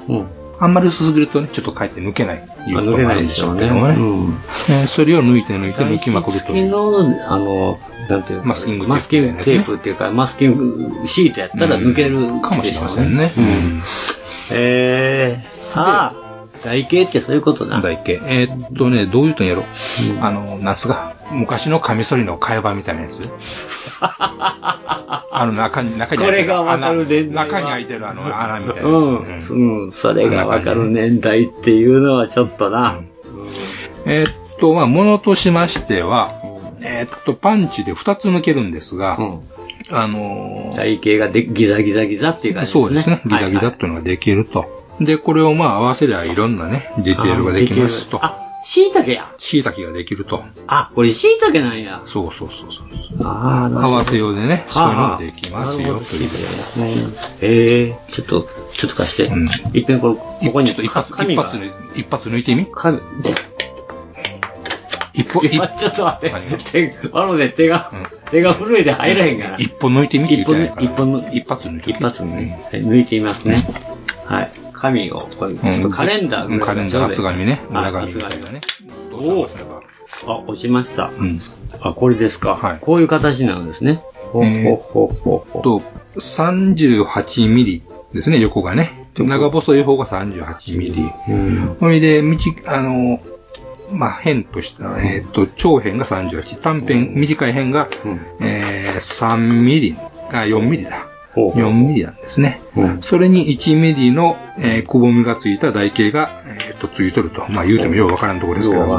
Speaker 4: あんまり薄すぎるとね、ちょっとかえって抜けないいうこともあるんでしょうけどもね。
Speaker 6: 抜けないでしょ
Speaker 4: えーそれを抜いて抜いて抜きまくると
Speaker 6: 昨。日の、あの、なんていうマスキングテープ。マスキングテープっていうか、マスキングシートやったら抜けるかもしれませんね。うんえー、ああ、台形ってそういうことな。
Speaker 4: 台形。えーっとね、どういうとんやろう。あの、夏が、昔のカミソリの替え刃みたいなや つ。あの中に、中に開いて
Speaker 6: これがわかる
Speaker 4: 穴中に開いてるあの穴みたいなやつ。
Speaker 6: うん、うん、それがわかる年代っていうのはちょっとな。
Speaker 4: えーっと、まあ、ものとしましては、えーっと、パンチで2つ抜けるんですが、あのー
Speaker 6: 台形がでギザギザギザっていう感じですね。
Speaker 4: そうですね。ギザギザっていうのができると。で、これをまあ合わせりゃいろんなね、ディテールができますと。
Speaker 6: あ、椎茸や。
Speaker 4: 椎茸ができると。
Speaker 6: あ、これ椎茸なんや。
Speaker 4: そうそうそうそう。
Speaker 6: ああ、
Speaker 4: 合わせようでね、そういうの
Speaker 6: あ
Speaker 4: ができます
Speaker 6: なる
Speaker 4: よ
Speaker 6: ほど
Speaker 4: という。
Speaker 6: ええちょっと、ちょっと貸して。いっぺんこれ、ここに。ちょっと一発、
Speaker 4: 一発抜い一発抜いてみ
Speaker 6: 紙。
Speaker 4: 一歩、
Speaker 6: 今 ちょっと待って、手が、あのね、手が、手が震えて入らへんから。
Speaker 4: 一歩抜いてみって言
Speaker 6: 一
Speaker 4: って
Speaker 6: 本
Speaker 4: ない
Speaker 6: 抜
Speaker 4: から。一
Speaker 6: 一本抜
Speaker 4: 発抜いて
Speaker 6: 一発抜いて、はい抜いてみますね。はい。紙を、これ、ちょっとカレンダー
Speaker 4: うん
Speaker 6: ぐ
Speaker 4: カ
Speaker 6: ら
Speaker 4: レン
Speaker 6: いがちょう
Speaker 4: ダー
Speaker 6: どいい
Speaker 4: 厚紙ね、
Speaker 6: あ
Speaker 4: 裏紙みたいなね。
Speaker 6: おおあ、落ちました。
Speaker 4: ん
Speaker 6: あ、これですか。こういう形なんですね。ほ
Speaker 4: えー
Speaker 6: ほほほほ。
Speaker 4: と、38ミリですね、横がね。長細い方が38ミリ。それで、みちあの、まあ、辺とした、えっ、と、長辺が38、短辺、短い辺が、えー3ミリ、あ、4ミリだ。4ミリなんですね。それに1ミリの、えーくぼみがついた台形が、えっ、と、ついとると。まあ、言うてもようわからんところですけども。うん。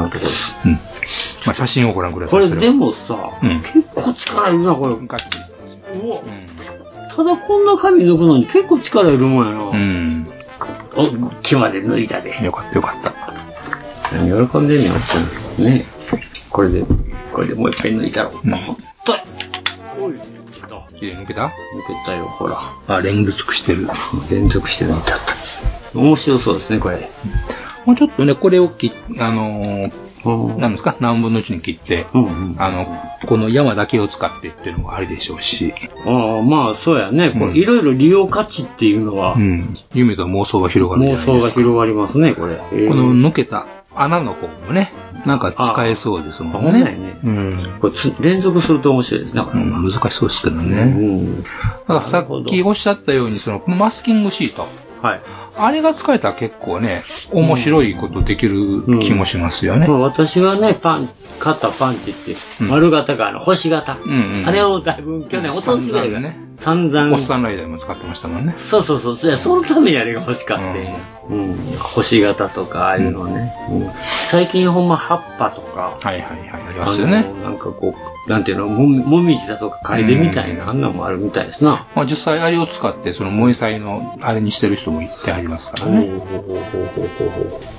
Speaker 4: まあ、写真をご覧ください。
Speaker 6: これ
Speaker 4: そは
Speaker 6: でもさ、
Speaker 4: うん。
Speaker 6: 結構力いるな、これ。
Speaker 4: ガッチリ
Speaker 6: うわただこんな紙抜くのに結構力いるもんやな。
Speaker 4: うん。
Speaker 6: お、木まで抜いたで。
Speaker 4: よかったよかった。
Speaker 6: 何喜んでんねん、おっちゃん。ねこれで、これでもう一回抜いたろ。抜
Speaker 4: 綺麗に抜けた
Speaker 6: けたよ、ほら。
Speaker 4: あ、連続してる。
Speaker 6: 連続して抜いたった。面白そうですね、これ。
Speaker 4: もうちょっとね、これをき、あのーなんですか何分の1に切って、あの、この山だけを使ってっていうのもありでしょうし。
Speaker 6: ああ、まあ、そうやね。これいろいろ利用価値っていうのは、
Speaker 4: うん。夢と妄想が広がるじゃ
Speaker 6: 妄
Speaker 4: ないで
Speaker 6: 想が
Speaker 4: すか。
Speaker 6: 広がりますね、これ。えー
Speaker 4: この抜けた穴の方もね、なんか使えそうですも
Speaker 6: ほ
Speaker 4: ん
Speaker 6: んまや
Speaker 4: ね。
Speaker 6: ね
Speaker 4: うん。
Speaker 6: これつ連続すると面白いですね。
Speaker 4: うん難しそうですけどね。だからさっきおっしゃったように、そのマスキングシート。
Speaker 6: はい。
Speaker 4: あれが使えたら結構ね、面白いことできる気もしますよね。
Speaker 6: まあ私はね、パン、買ったパンチって、丸型か、あの、星型。
Speaker 4: んうん
Speaker 6: あれをだいぶ去年、おととしぐらいかな。散々。
Speaker 4: おっさんライダーも使ってましたもんね。
Speaker 6: そうそうそう。そそのためにあれが欲しかって。うん。星型とか、ああいうのね。うん最近ほんま葉っぱとか。
Speaker 4: はいはいはい。ありますよね
Speaker 6: のなんかこう、なんていうの、もみもみじだとか楓みたいな、あんなのもあるみたいですな。
Speaker 4: まあ実際あれを使って、その萌え祭のあれにしてる人もいてありますからね。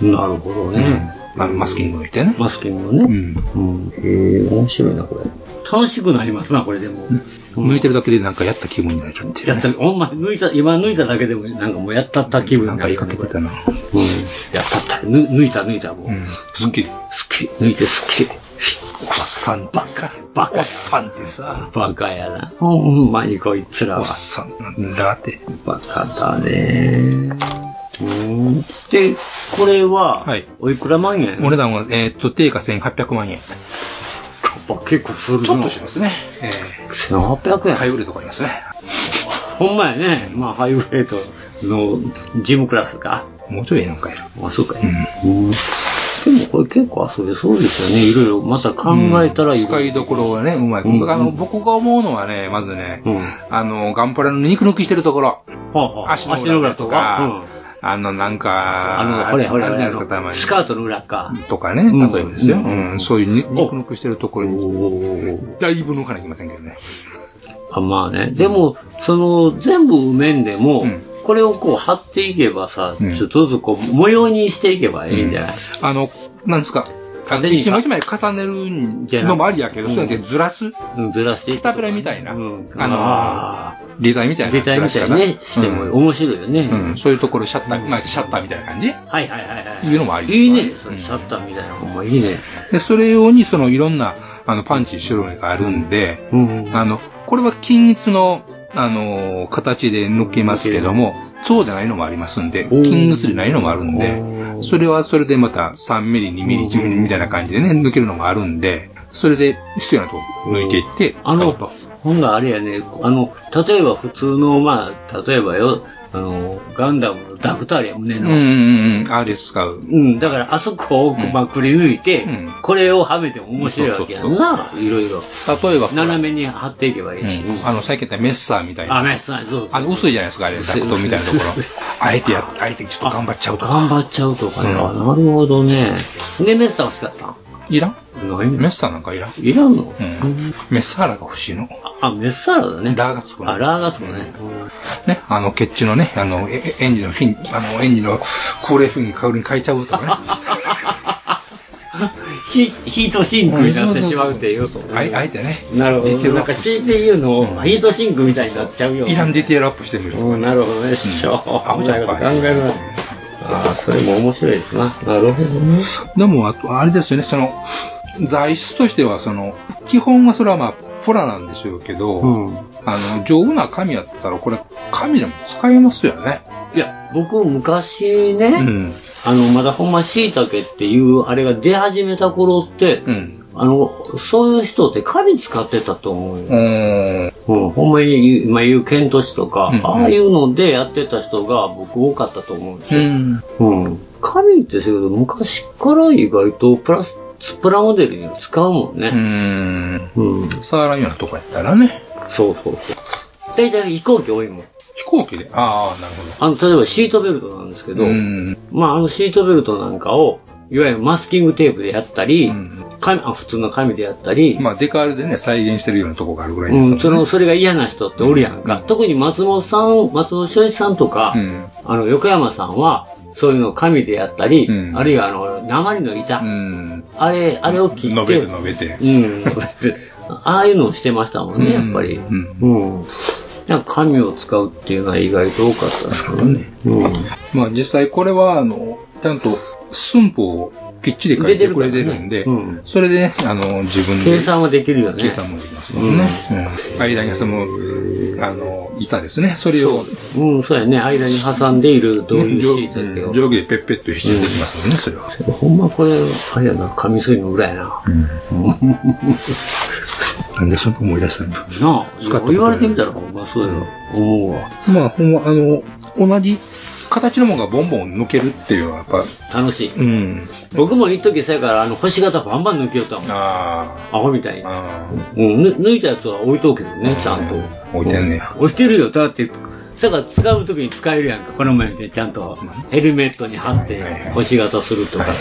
Speaker 6: なるほどね。
Speaker 4: あのマスキングをいてね。
Speaker 6: マスキングね。うん。へえ、面白いな、これ。楽しくなりますな、これでも。
Speaker 4: 抜いてるだけでなんかやった気分になるっていうね、
Speaker 6: やった、ほんま、抜いた、今抜いただけでも、なんかもうやったった気分になる、なんか言いかけて
Speaker 4: たな。
Speaker 6: うん。やったった。ぬ抜いた抜いた、もう。
Speaker 4: すっきり。
Speaker 6: すっきり。抜いてすっきり。
Speaker 4: おっさんってさ、
Speaker 6: バカ
Speaker 4: おっさんってさ、
Speaker 6: バカやな。ほんまにこいつらは。
Speaker 4: おっさんなんだって。
Speaker 6: バカだね。うん。で、これは、
Speaker 4: はい。
Speaker 6: おいくら万円
Speaker 4: お値段は、えーっと、定価1800万円。
Speaker 6: 結構するな
Speaker 4: ちょっとしますね。え
Speaker 6: 1800円。
Speaker 4: ハイブレードがありますね。
Speaker 6: ほんまやね。まあ、ハイグレードのジムクラスか。
Speaker 4: もうちょいええのかよ。
Speaker 6: あ、そうか。うん。でもこれ結構遊べそうですよね。いろいろ、また考えたらいい。
Speaker 4: 使いどころはね、うまい。
Speaker 6: うん
Speaker 4: あの僕が思うのはね、まずね、
Speaker 6: うん。
Speaker 4: あの、ガンプラの肉抜きしてるところ、
Speaker 6: はあはあ
Speaker 4: 足の裏とか、あの、なんか、
Speaker 6: あの、ほれほれ、
Speaker 4: あ
Speaker 6: あ
Speaker 4: るじゃないです
Speaker 6: の
Speaker 4: か、たまに
Speaker 6: ス。カートの裏か。
Speaker 4: とかね、
Speaker 6: うん
Speaker 4: 例えばですよ。
Speaker 6: う
Speaker 4: うんんそういうに肉抜くしてるところに、だいぶ抜かなきゃいけませんけどね。
Speaker 6: あまあね。でも、その、全部埋めんでも、これをこう貼っていけばさ、
Speaker 4: うん
Speaker 6: ちょっとずつこう模様にしていけばいいんじゃない、
Speaker 4: あの、なんですか、あの
Speaker 6: 縦に
Speaker 4: 一枚一枚重ねるのもありやけど、
Speaker 6: うん
Speaker 4: そうやってずらす、
Speaker 6: うん、ずらしていく
Speaker 4: 北ペラみたいな、あの、
Speaker 6: ああ
Speaker 4: 立体みたいな。
Speaker 6: 立体みたいにねしても面白いよね、
Speaker 4: うんそういうところ、シャッター、まあ、シャッターみたいな感じ
Speaker 6: はいはいはいはい。
Speaker 4: いうのもありです
Speaker 6: いいね、それ、シャッターみたいな、ほんまいいね。
Speaker 4: で、それ用に、その、いろんな、あの、パンチ、種類があるんで、あの、これは均一の、あの、形で抜けますけども、そうじゃないのもありますんで、均一じゃないのもあるんで、それはそれでまた3ミリ、2ミリ、1ミリみたいな感じでね、抜けるのもあるんで、それで必要なとこ抜いていって、
Speaker 6: あの、ほんならあれやね、あの、例えば普通の、まあ、例えばよ、あの、ガンダムのダクターリア、胸
Speaker 4: うん
Speaker 6: の。
Speaker 4: うんうんうん、あれ使う。
Speaker 6: うん、だからあそこをまくり抜いて、これをはめても面白いわけやんな、いろいろ。
Speaker 4: 例えば、
Speaker 6: 斜めに貼っていけばいいし。
Speaker 4: うんあの、最近言ったメッサーみたいな。
Speaker 6: あ、メスさん、そう。
Speaker 4: あの、薄いじゃないですか、あれ、ダクトみたいなとこ ろ
Speaker 6: 薄い。
Speaker 4: あえてや、あえてちょっと頑張っちゃうとか。
Speaker 6: 頑張っちゃうとかね。
Speaker 4: うん
Speaker 6: あなるほどね。で、メッサー欲しかったん
Speaker 4: いらん
Speaker 6: ない
Speaker 4: メッサーなんかいらん
Speaker 6: いらんの
Speaker 4: うん。メッサーラが欲しいの。
Speaker 6: あ、メッサーラだね。
Speaker 4: ラーがつくの
Speaker 6: あ、ラーガツもね。
Speaker 4: ね。あの、ケッチのね、あの、ええ園児のフィン、あの、園児の高齢フィンカウルに変えちゃうと かね。
Speaker 6: ヒヒートシンクになってしまうっていう。
Speaker 4: あえあえてね。
Speaker 6: なるほ
Speaker 4: ディテー
Speaker 6: ど。
Speaker 4: ル
Speaker 6: な
Speaker 4: ア
Speaker 6: ん
Speaker 4: ップ
Speaker 6: か CPU のヒートシンクみたいになっちゃうよ。
Speaker 4: いらんディテールアップしてみる。
Speaker 6: うん、なるほどね。しょ
Speaker 4: アホ
Speaker 6: う
Speaker 4: じ
Speaker 6: な
Speaker 4: ゃ
Speaker 6: い
Speaker 4: ん
Speaker 6: こ
Speaker 4: か
Speaker 6: と
Speaker 4: い
Speaker 6: 考えるな。ああ、それも面白いですな。なるほどね。
Speaker 4: でも、あと、あれですよね、その、材質としては、その、基本はそれはまあ、プラなんでしょうけど、あの、丈夫な紙やったら、これ、紙でも使えますよね。
Speaker 6: いや、僕昔ね、
Speaker 4: ん
Speaker 6: あの、まだほんま椎茸っていうあれが出始めた頃って、あの、そういう人って紙使ってたと思うよ。
Speaker 4: うん。
Speaker 6: ほんまに、今言う遣都市とか、
Speaker 4: うんうん
Speaker 6: ああいうのでやってた人が僕多かったと思うんですよ。
Speaker 4: ん。
Speaker 6: うん。紙ってそういうこと昔から意外とプラス、プラモデルには使うもんね。
Speaker 4: うん。
Speaker 6: うん。
Speaker 4: 触らんようなとこやったらね。
Speaker 6: そうそうそう。大体飛行機多いもん。
Speaker 4: 飛行機で、ああ、なるほど。
Speaker 6: あの、例えばシートベルトなんですけど、
Speaker 4: うん。
Speaker 6: まあ、あのシートベルトなんかを、いわゆるマスキングテープでやったり、紙あ普通の紙でやったり、
Speaker 4: まあ、デカールでね、再現してるようなとこがあるぐらいで
Speaker 6: う
Speaker 4: す
Speaker 6: ん、その、それが嫌な人っておるやんか。特に松本さん、松本正一さんとか、
Speaker 4: うん。
Speaker 6: あの、横山さんは、そういうのを紙でやったり、
Speaker 4: うん
Speaker 6: あるいはあの、鉛の板、
Speaker 4: うん。
Speaker 6: あれ、あれを切って、
Speaker 4: 述べて述べて。
Speaker 6: うん、 ああいうのをしてましたもんね、やっぱり。
Speaker 4: うん。
Speaker 6: うん。なんか紙を使うっていうのは意外と多かったですからね。うん。
Speaker 4: まあ、実際これは、あの、ちゃんと寸法をきっちり書いてくれてるんで、それでね、あの、自分で。
Speaker 6: 計算はできるよね。
Speaker 4: 計算もできますもんね。うん間にその、あの、板ですね。それを。
Speaker 6: うん、そうやね。間に挟んでいる、どういうシート
Speaker 4: 定定規でペッペッと引いていきますもんね、それは。
Speaker 6: ほんまこれ、あれやな、紙すりの裏やな。
Speaker 4: なんで そんな思い出したの
Speaker 6: なあ、
Speaker 4: 使ったことない
Speaker 6: 言われてみたらほんまそうやろ。思うわ。
Speaker 4: まあ、ほんま、あの、同じ形のものがボンボン抜けるっていうのはやっぱ、
Speaker 6: 楽しい。
Speaker 4: うん。
Speaker 6: 僕も一時せやから、あの、星型バンバン抜きよったもん。
Speaker 4: あ
Speaker 6: アホみたいに。
Speaker 4: あ。
Speaker 6: うん、ぬ抜いたやつは置いとくけどね、ちゃんと。
Speaker 4: 置いてんねや。
Speaker 6: 置いてるよ。だって、だから使うときに使えるやんか。この前みたいにちゃんとヘルメットに貼って星型するとかさ、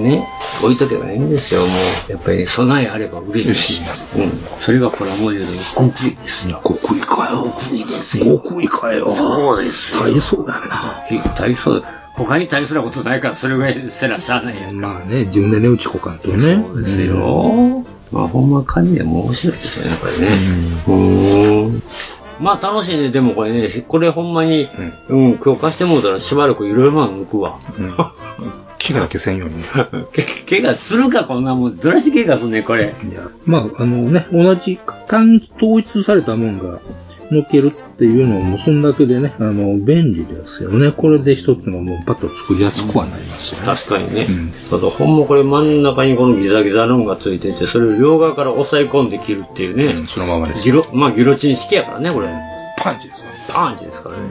Speaker 6: ね、置いとけばいいんですよ。もう、やっぱり備えあれば嬉しい。うん。それがコラボ流の極意ですよ。
Speaker 4: 極意かよ。
Speaker 6: 極意ですよ。
Speaker 4: 極意かよ
Speaker 6: そうですよ。
Speaker 4: 体操やな。
Speaker 6: 大層、他に大層なことないから、それぐらいせなしゃあないやんか。
Speaker 4: まあね、自分で値打ち交換とね。そう
Speaker 6: ですよ。まあ、ほんま紙でも面白いですよね、これね。うん。まあ、楽しいね、でもこれね、これほんまに、うん、今日貸してもうたらしばらくいろいろなの抜くわ。
Speaker 4: うん。怪我だけせんように。
Speaker 6: け怪我するか、こんなもん。どらして怪我すんねん、これ。
Speaker 4: いや、まあ、あのね、同じ、単統一されたもんが抜けるっていうのも、そんだけでね、あの、便利ですよね。これで一つのもうパッと作りやすくはなりますよね。
Speaker 6: 確かにね。ただ、ほんまこれ真ん中にこのギザギザのんがついてて、それを両側から押さえ込んで切るっていうね。
Speaker 4: そのままです。
Speaker 6: ギロ、まあ、ギロチン式やからね、これ。
Speaker 4: パンチですよね。
Speaker 6: パンチですからね。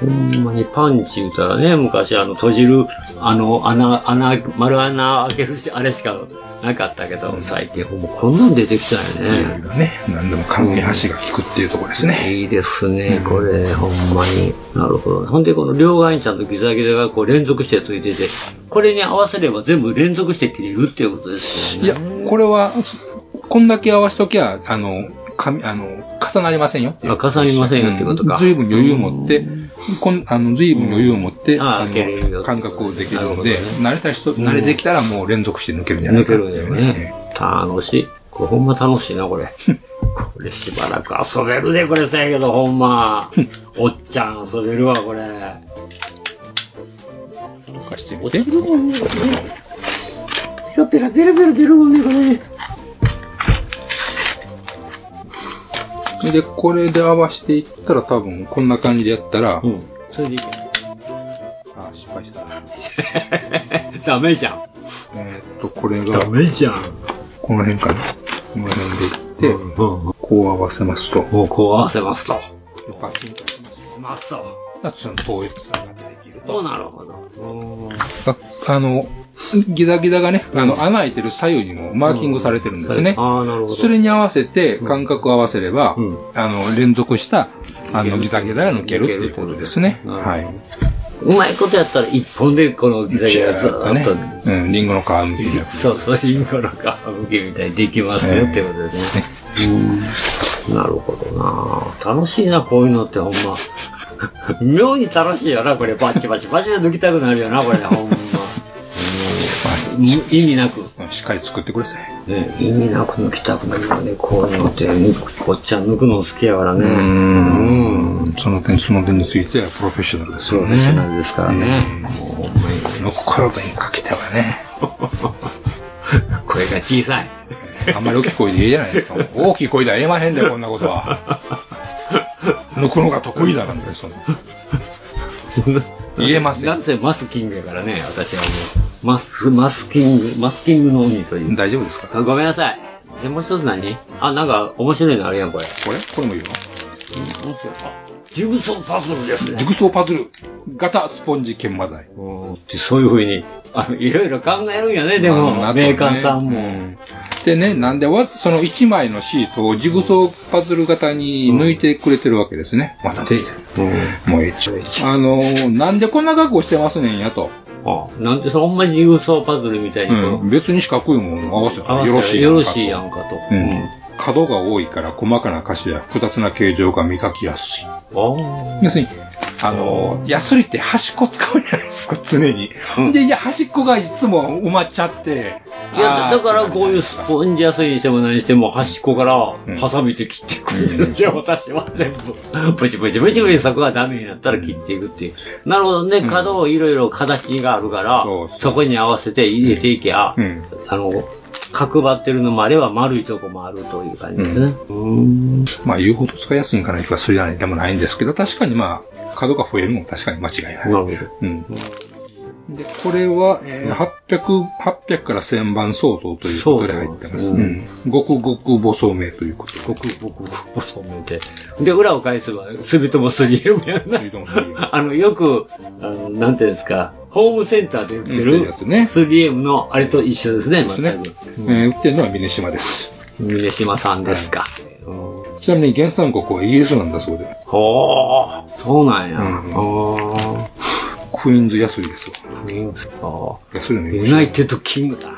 Speaker 6: ほんまにパンチ言うたらね、昔あの閉じる、あの穴、穴、丸穴開けるし、あれしかなかったけど、最近ほぼこんなん出てきたよね。
Speaker 4: ね、何でも紙箸が効くっていうところですね。
Speaker 6: いいですね、これ、ほんまに。なるほど。ほんで、この両側にちゃんとギザギザがこう連続してついてて、これに合わせれば全部連続して切れるっていうことですよ
Speaker 4: い
Speaker 6: ね。
Speaker 4: や、これは、こんだけ合わしときゃ、あの、紙、あの、重なりませんよっていう。
Speaker 6: あ重なりませんよってことか
Speaker 4: ずいぶん余裕を持って、こんあのずいぶん余裕を持って、
Speaker 6: あ
Speaker 4: あ
Speaker 6: 開けれるよ
Speaker 4: の、感覚をできる
Speaker 6: なるほ
Speaker 4: の
Speaker 6: どね
Speaker 4: で、慣れた人、慣れてきたらもう連続して抜けるんじゃない
Speaker 6: 抜
Speaker 4: か
Speaker 6: け
Speaker 4: な
Speaker 6: るんだよね。楽しい。これほんま楽しいな、これ。これしばらく遊べるで、これせやけど、ほんま。おっちゃん遊べるわ、これ。
Speaker 4: 動かして
Speaker 6: お
Speaker 4: み
Speaker 6: ち
Speaker 4: て
Speaker 6: ゃん。もんね、これね。ペラペラペラペラ出るもんね、これね。
Speaker 4: で、これで合わしていったら多分、こんな感じでやったら、
Speaker 6: それでいいか
Speaker 4: あ、失敗した。
Speaker 6: な。ダメじゃん。
Speaker 4: えーっと、これが、
Speaker 6: ダメじゃん。
Speaker 4: この辺かな。この辺でいって、こう合わせますと、
Speaker 6: もうこう合わせますと。
Speaker 4: パキンとします。
Speaker 6: ますと。
Speaker 4: その統一さができると。
Speaker 6: おなるほど。うーん
Speaker 4: ああの、ギザギザがね、あの、穴開いてる左右にもマーキングされてるんですね。
Speaker 6: ああ、なるほど。
Speaker 4: それに合わせて、間隔を合わせれば、あの、連続した、あの、ギザギザが抜けるっていうことですね。はい。
Speaker 6: うまいことやったら一本でこのギザギザずーっとね。
Speaker 4: うん、リンゴの皮むきで。
Speaker 6: そうそう、インコの皮むきみたいにできますよ、
Speaker 4: ええ
Speaker 6: ってことでね。うんなるほどな楽しいな、こういうのってほんま。 妙に楽しいよな、これ。バチバチバチで抜きたくなるよな、これ。ほんま。うん意味なく。
Speaker 4: しっかり作ってください。
Speaker 6: ね、意味なく抜きたくなるよね、こういうのって。こっちは抜くの好きやからね。
Speaker 4: う
Speaker 6: うん。
Speaker 4: ん。その点、その点についてはプロフェッショナルです
Speaker 6: プ
Speaker 4: よ
Speaker 6: ロ
Speaker 4: ね。
Speaker 6: フェッショナルですからね。もうほんまに
Speaker 4: の体にかけてはね、
Speaker 6: 声が小さい。
Speaker 4: あんまり大きい声でいいじゃないですか。大きい声では言えまへんで、こんなことは。抜くのが得意だなんて、そんな。言えません
Speaker 6: なんせマスキングやからね、私はもう。マス、マスキング、マスキングの鬼という。
Speaker 4: 大丈夫ですか
Speaker 6: あごめんなさい。で、もう一つ何あ、なんか面白いのあるやん、これ。
Speaker 4: これこれもいいよ。
Speaker 6: 面白い。あ、ジグソーパズルですね。
Speaker 4: 熟装パズル、型スポンジ研磨剤。
Speaker 6: ってそういうふうに、あの、いろいろ考えるんやね、でも、
Speaker 4: まあ
Speaker 6: メーカーさん。
Speaker 4: あと
Speaker 6: も。
Speaker 4: ねうんでね、なんでわ、その1枚のシートをジグソーパズル型に抜いてくれてるわけですね。また、もう一応あのー、なんでこんな格好してますねんやと。
Speaker 6: あなんでそのほんまにジグソーパズルみたいにこう
Speaker 4: うん別に四角いものを合わせた
Speaker 6: 合わ
Speaker 4: ら
Speaker 6: せ
Speaker 4: よ
Speaker 6: たら
Speaker 4: ろしい
Speaker 6: よ
Speaker 4: やんかと
Speaker 6: ろしいやんかと。
Speaker 4: うん角が多いから細かな箇所や複雑な形状が磨きやすい。
Speaker 6: あ
Speaker 4: 要するに、あの、ヤスリ って端っこ使うじゃないですか、常に。で、いや、端っこがいつも埋まっちゃって、
Speaker 6: いや、だからこういうスポンジやすいにしても何しても端っこからハサミで切っていくんですよ、私は全部。ブチブチブチブチそこがダメになったら切っていくっていう。なるほどね、角をいろいろ形があるから、そこに合わせて入れていけば、あの、角張ってるのもあれば丸いとこもあるという感じですね。
Speaker 4: まあ言うほど使いやすいんかないとかそういうのでもないんですけど、確かにまあ、角が増えるのも確かに間違いない。うん。で、これは、えー800、800から1000番相当ということで入ってます。。
Speaker 6: そううそうん
Speaker 4: ごくごく細めということで。ご
Speaker 6: くごく細めで。で、裏を返せば、 すべても 3M やんな。 あの、よく、あの、なんていうんですか、ホームセンターで売ってる 3M のあれと一緒ですね、全く。
Speaker 4: えー売ってるのは峰島です。
Speaker 6: 峰島さんですか。
Speaker 4: ちなみに原産国はイギリスなんだそうで。
Speaker 6: ほー、そうなんや。
Speaker 4: クイーンズ安いですわ。
Speaker 6: クイーンズか。
Speaker 4: 安いの
Speaker 6: ユナイテッドキングだ。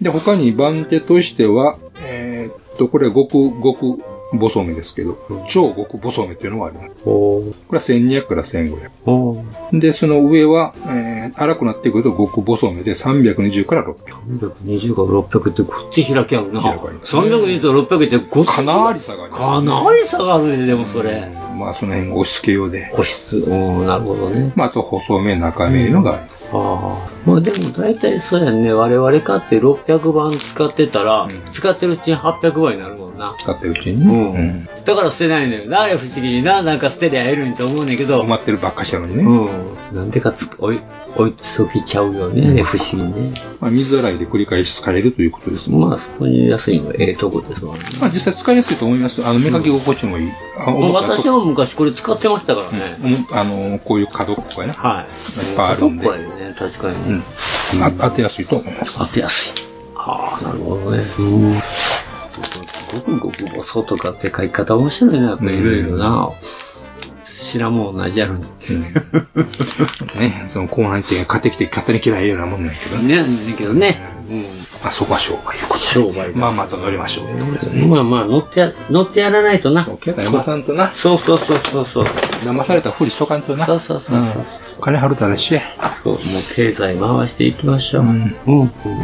Speaker 4: で、他に番手としては、えーっと、これは極、極細めですけど、超極細めっていうのがあります。
Speaker 6: こ
Speaker 4: れは1200から1500。で、その上は、えー、荒くなってくると極細めで320から600。
Speaker 6: 320から600ってこっち開きあるな。300と600ってごかなり
Speaker 4: 下がる。
Speaker 6: かなり下がるね、でもそれ。
Speaker 4: まあ、その辺が押し付けようで。
Speaker 6: 個室、うん、なるほどね。
Speaker 4: まあ、あと細め、中めいうのがあります。
Speaker 6: ああ。まあでも大体そうやんね。我々かって600番使ってたら、使ってるうちに800番になるもんな。
Speaker 4: 使ってるうちにね。うん。
Speaker 6: だから捨てないのよ。なあれ不思議にな、なんか捨てりゃ得るんと思うねんだけど。埋
Speaker 4: まってるばっかしやのにね。
Speaker 6: うん。なんでかつ、おい、追いつきちゃうよ
Speaker 4: う
Speaker 6: ね、
Speaker 4: ん
Speaker 6: 不思議ね。
Speaker 4: まあ、水洗いで繰り返し使えるということですね。
Speaker 6: まあ、そこに安いのはええとこですもんね。
Speaker 4: まあ、実際使いやすいと思います。あの、目かき心地もいい。あ
Speaker 6: もう私
Speaker 4: は、
Speaker 6: も昔これ使ってましたからね。
Speaker 4: うんあの、こういう角っこやね。
Speaker 6: はい。
Speaker 4: いっぱいあるんで。
Speaker 6: 角っこやね、確かにね。
Speaker 4: あ当てやすいと思います。
Speaker 6: 当てやすい。はあ、なるほどね。ごくごく細とかって書き方面白いな、やっぱいろいろな。知らんもん同じやるね。
Speaker 4: ね、その後半って買ってきて勝手に嫌いようなもんなんやけど
Speaker 6: ね。ね、けどね。
Speaker 4: まあそこは商売いうこと
Speaker 6: 商売
Speaker 4: まあまあと乗りましょう。
Speaker 6: まあまあ、乗ってや、乗ってやらないとな。
Speaker 4: 山さんとな。
Speaker 6: そうそうそうそうそう。
Speaker 4: 騙されたふりしとかんとな。
Speaker 6: そうそうそうそう。
Speaker 4: 金払ったらしや。
Speaker 6: そう、もう経済回していきましょう。うん。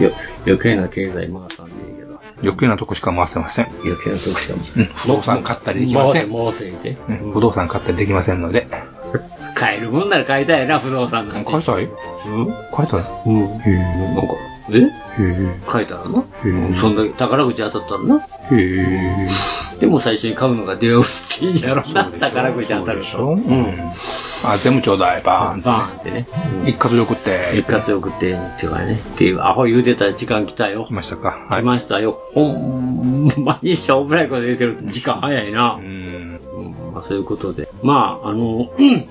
Speaker 6: よ余計な経済回さんでいいけど。
Speaker 4: 余計なとこしか回せません。
Speaker 6: 余計なとこしか回せ
Speaker 4: うん。不動産買ったりできません。
Speaker 6: 回せ、回せ言うて。
Speaker 4: うん不動産買ったりできませんので。
Speaker 6: 買えるもんなら買いたいな、不動産なんて。
Speaker 4: 買いたい
Speaker 6: うん
Speaker 4: 買いたい
Speaker 6: うん。なんか、え
Speaker 4: へ
Speaker 6: 買えたらな。
Speaker 4: え。
Speaker 6: うんそんだけ宝くじ当たったらな。
Speaker 4: へえ。
Speaker 6: でも最初に買うのが出落ちやろな、宝くじ当たると。
Speaker 4: うん。あ、全部ちょうだい、バーン。
Speaker 6: バーンってね。
Speaker 4: 一括で送って。
Speaker 6: 一括で送って、っていうかね。っていう、アホ言うてたら時間来たよ。来
Speaker 4: ましたか。
Speaker 6: 来ましたよ。ほんまにしょうもないこと言うてる時間早いな。
Speaker 4: うん。
Speaker 6: まあそういうことで。まあ、あの、 うん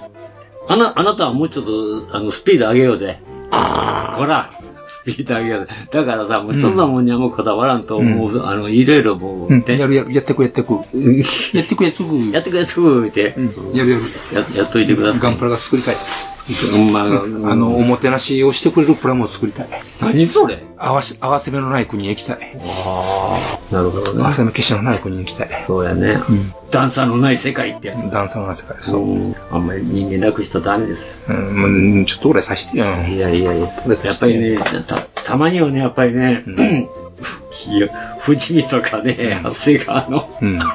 Speaker 6: あな、あなたはもうちょっと、あの、スピード上げようぜ。ほら、スピード上げようぜ。だからさ、もう一つのもんにはもうこだわらんと思う。あの、いろいろもう、
Speaker 4: うんやるやる、やってくやってく。やってくやってく。
Speaker 6: やってくれ、やってくれ、って。
Speaker 4: やるやる。
Speaker 6: や、やっといてください。
Speaker 4: ガンプラが作りたい。
Speaker 6: うんまあ
Speaker 4: あの、おもてなしをしてくれるプラモを作りたい。
Speaker 6: 何それ
Speaker 4: 合わせ、合わせ目のない国へ行きたい。
Speaker 6: ああ、なるほどね
Speaker 4: 合わ。せ目消しのない国に行きたい。
Speaker 6: そうやね。段差のない世界ってやつ。
Speaker 4: 段差のない世界です。
Speaker 6: うんあんまり人間なくしたらダメです。
Speaker 4: うん、もうちょっと俺さしてよ。
Speaker 6: いやいやいや、やっぱりね、たたまにはね、やっぱりね、 いや富士見とかね、長谷川の、
Speaker 4: うん。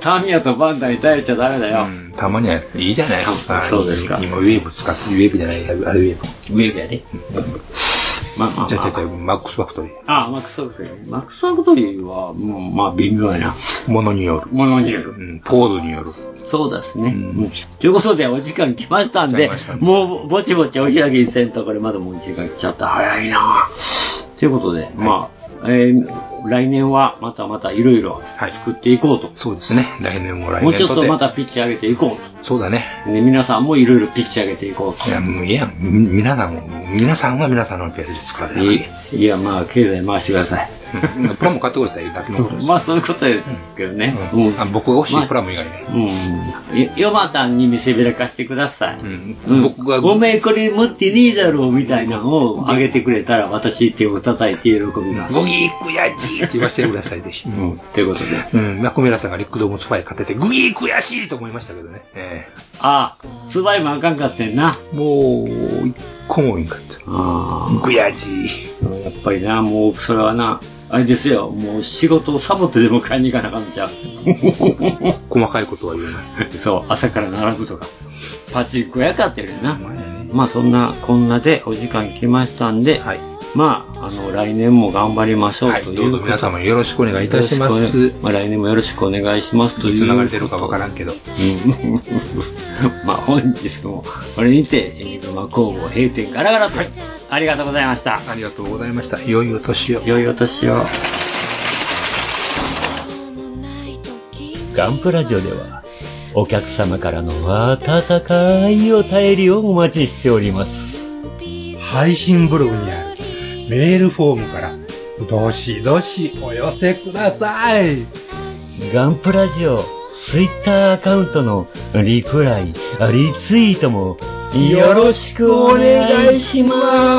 Speaker 6: タミヤとバンダに耐えちゃダメだよ。
Speaker 4: たまにはいいじゃないですか。
Speaker 6: そうですか
Speaker 4: 今ウェーブ使って、ウェーブじゃない、あれウェーブ。
Speaker 6: ウェーブやね。まあまあまあ
Speaker 4: じゃあ、例えばマックスファクトリー。
Speaker 6: ああ、マックス・ソクトリー。マックス・ソクトリーは、もう、まあ、微妙やな。
Speaker 4: ものによる。
Speaker 6: ものによる。
Speaker 4: うん、ポーズによる。
Speaker 6: そうですね。うんということで、お時間来ましたんで、
Speaker 4: 来ましたね
Speaker 6: もうぼちぼちお開きにせんと、これまだもう時間来ちゃった。早いなということで、まあ、えー来年はまたまたいろいろ作っていこうと。
Speaker 4: そうですね。来年も来年
Speaker 6: もうちょっとま
Speaker 4: た。
Speaker 6: たピッチ上げていこう
Speaker 4: そうだね。
Speaker 6: と。ね、皆さんもいろいろピッチ上げていこう
Speaker 4: いや、もういいや、み皆さんも、皆さんは皆さんのページで使う
Speaker 6: と。いいや、まあ、経済回してください。
Speaker 4: うんプラモ買ってくれたらいいだけのことです。
Speaker 6: まあ、そういうことですけどね。
Speaker 4: あ僕が欲しいプラモ以外ね。
Speaker 6: うん。よヨマタンに見せびらかしてください。
Speaker 4: うん僕が
Speaker 6: ごめん、これ持ってねえだろうみたいなのをあげてくれたら、私手を叩いて喜びます。
Speaker 4: ゴギークヤジーって言わせてください、ぜひ。うん。
Speaker 6: ということで。
Speaker 4: うん。マコメラさんがリックドームスパイ買ってて、グギー悔しいと思いましたけどね。え
Speaker 6: ああ、ツバイもあかんかってんな。
Speaker 4: えもう、一個も多いんかった。
Speaker 6: あ
Speaker 4: やじ
Speaker 6: あ。やっぱりな、もう、それはな、あれですよ、もう仕事をサボってでも買いに行かなあかんのちゃう。
Speaker 4: 細かいことは言えない。
Speaker 6: そう、朝から並ぶとか。パチンコ屋かってるよな。まあそんなこんなでお時間来ましたんで、まあ、あの、来年も頑張りましょうということで、
Speaker 4: どうぞ皆様よろしくお願いいたしま
Speaker 6: よろ
Speaker 4: す
Speaker 6: しくお願いまあ来年もよろしくお願いしますという。
Speaker 4: いつ流れてるかわからんけど。
Speaker 6: うん。 まあ本日も、これにて、えーと、まあ工房閉店ガラガラと、ありがとうございました。
Speaker 4: ありがとうございました。良いお年を。
Speaker 6: 良いお年を。
Speaker 11: ガンプラジオでは、お客様からの温かいお便りをお待ちしております。
Speaker 5: 配信ブログにあるメールフォームから、どしどしお寄せください。
Speaker 11: ガンプラジオ、ツイッターアカウントのリプライ、リツイートも、よろしくお願いします。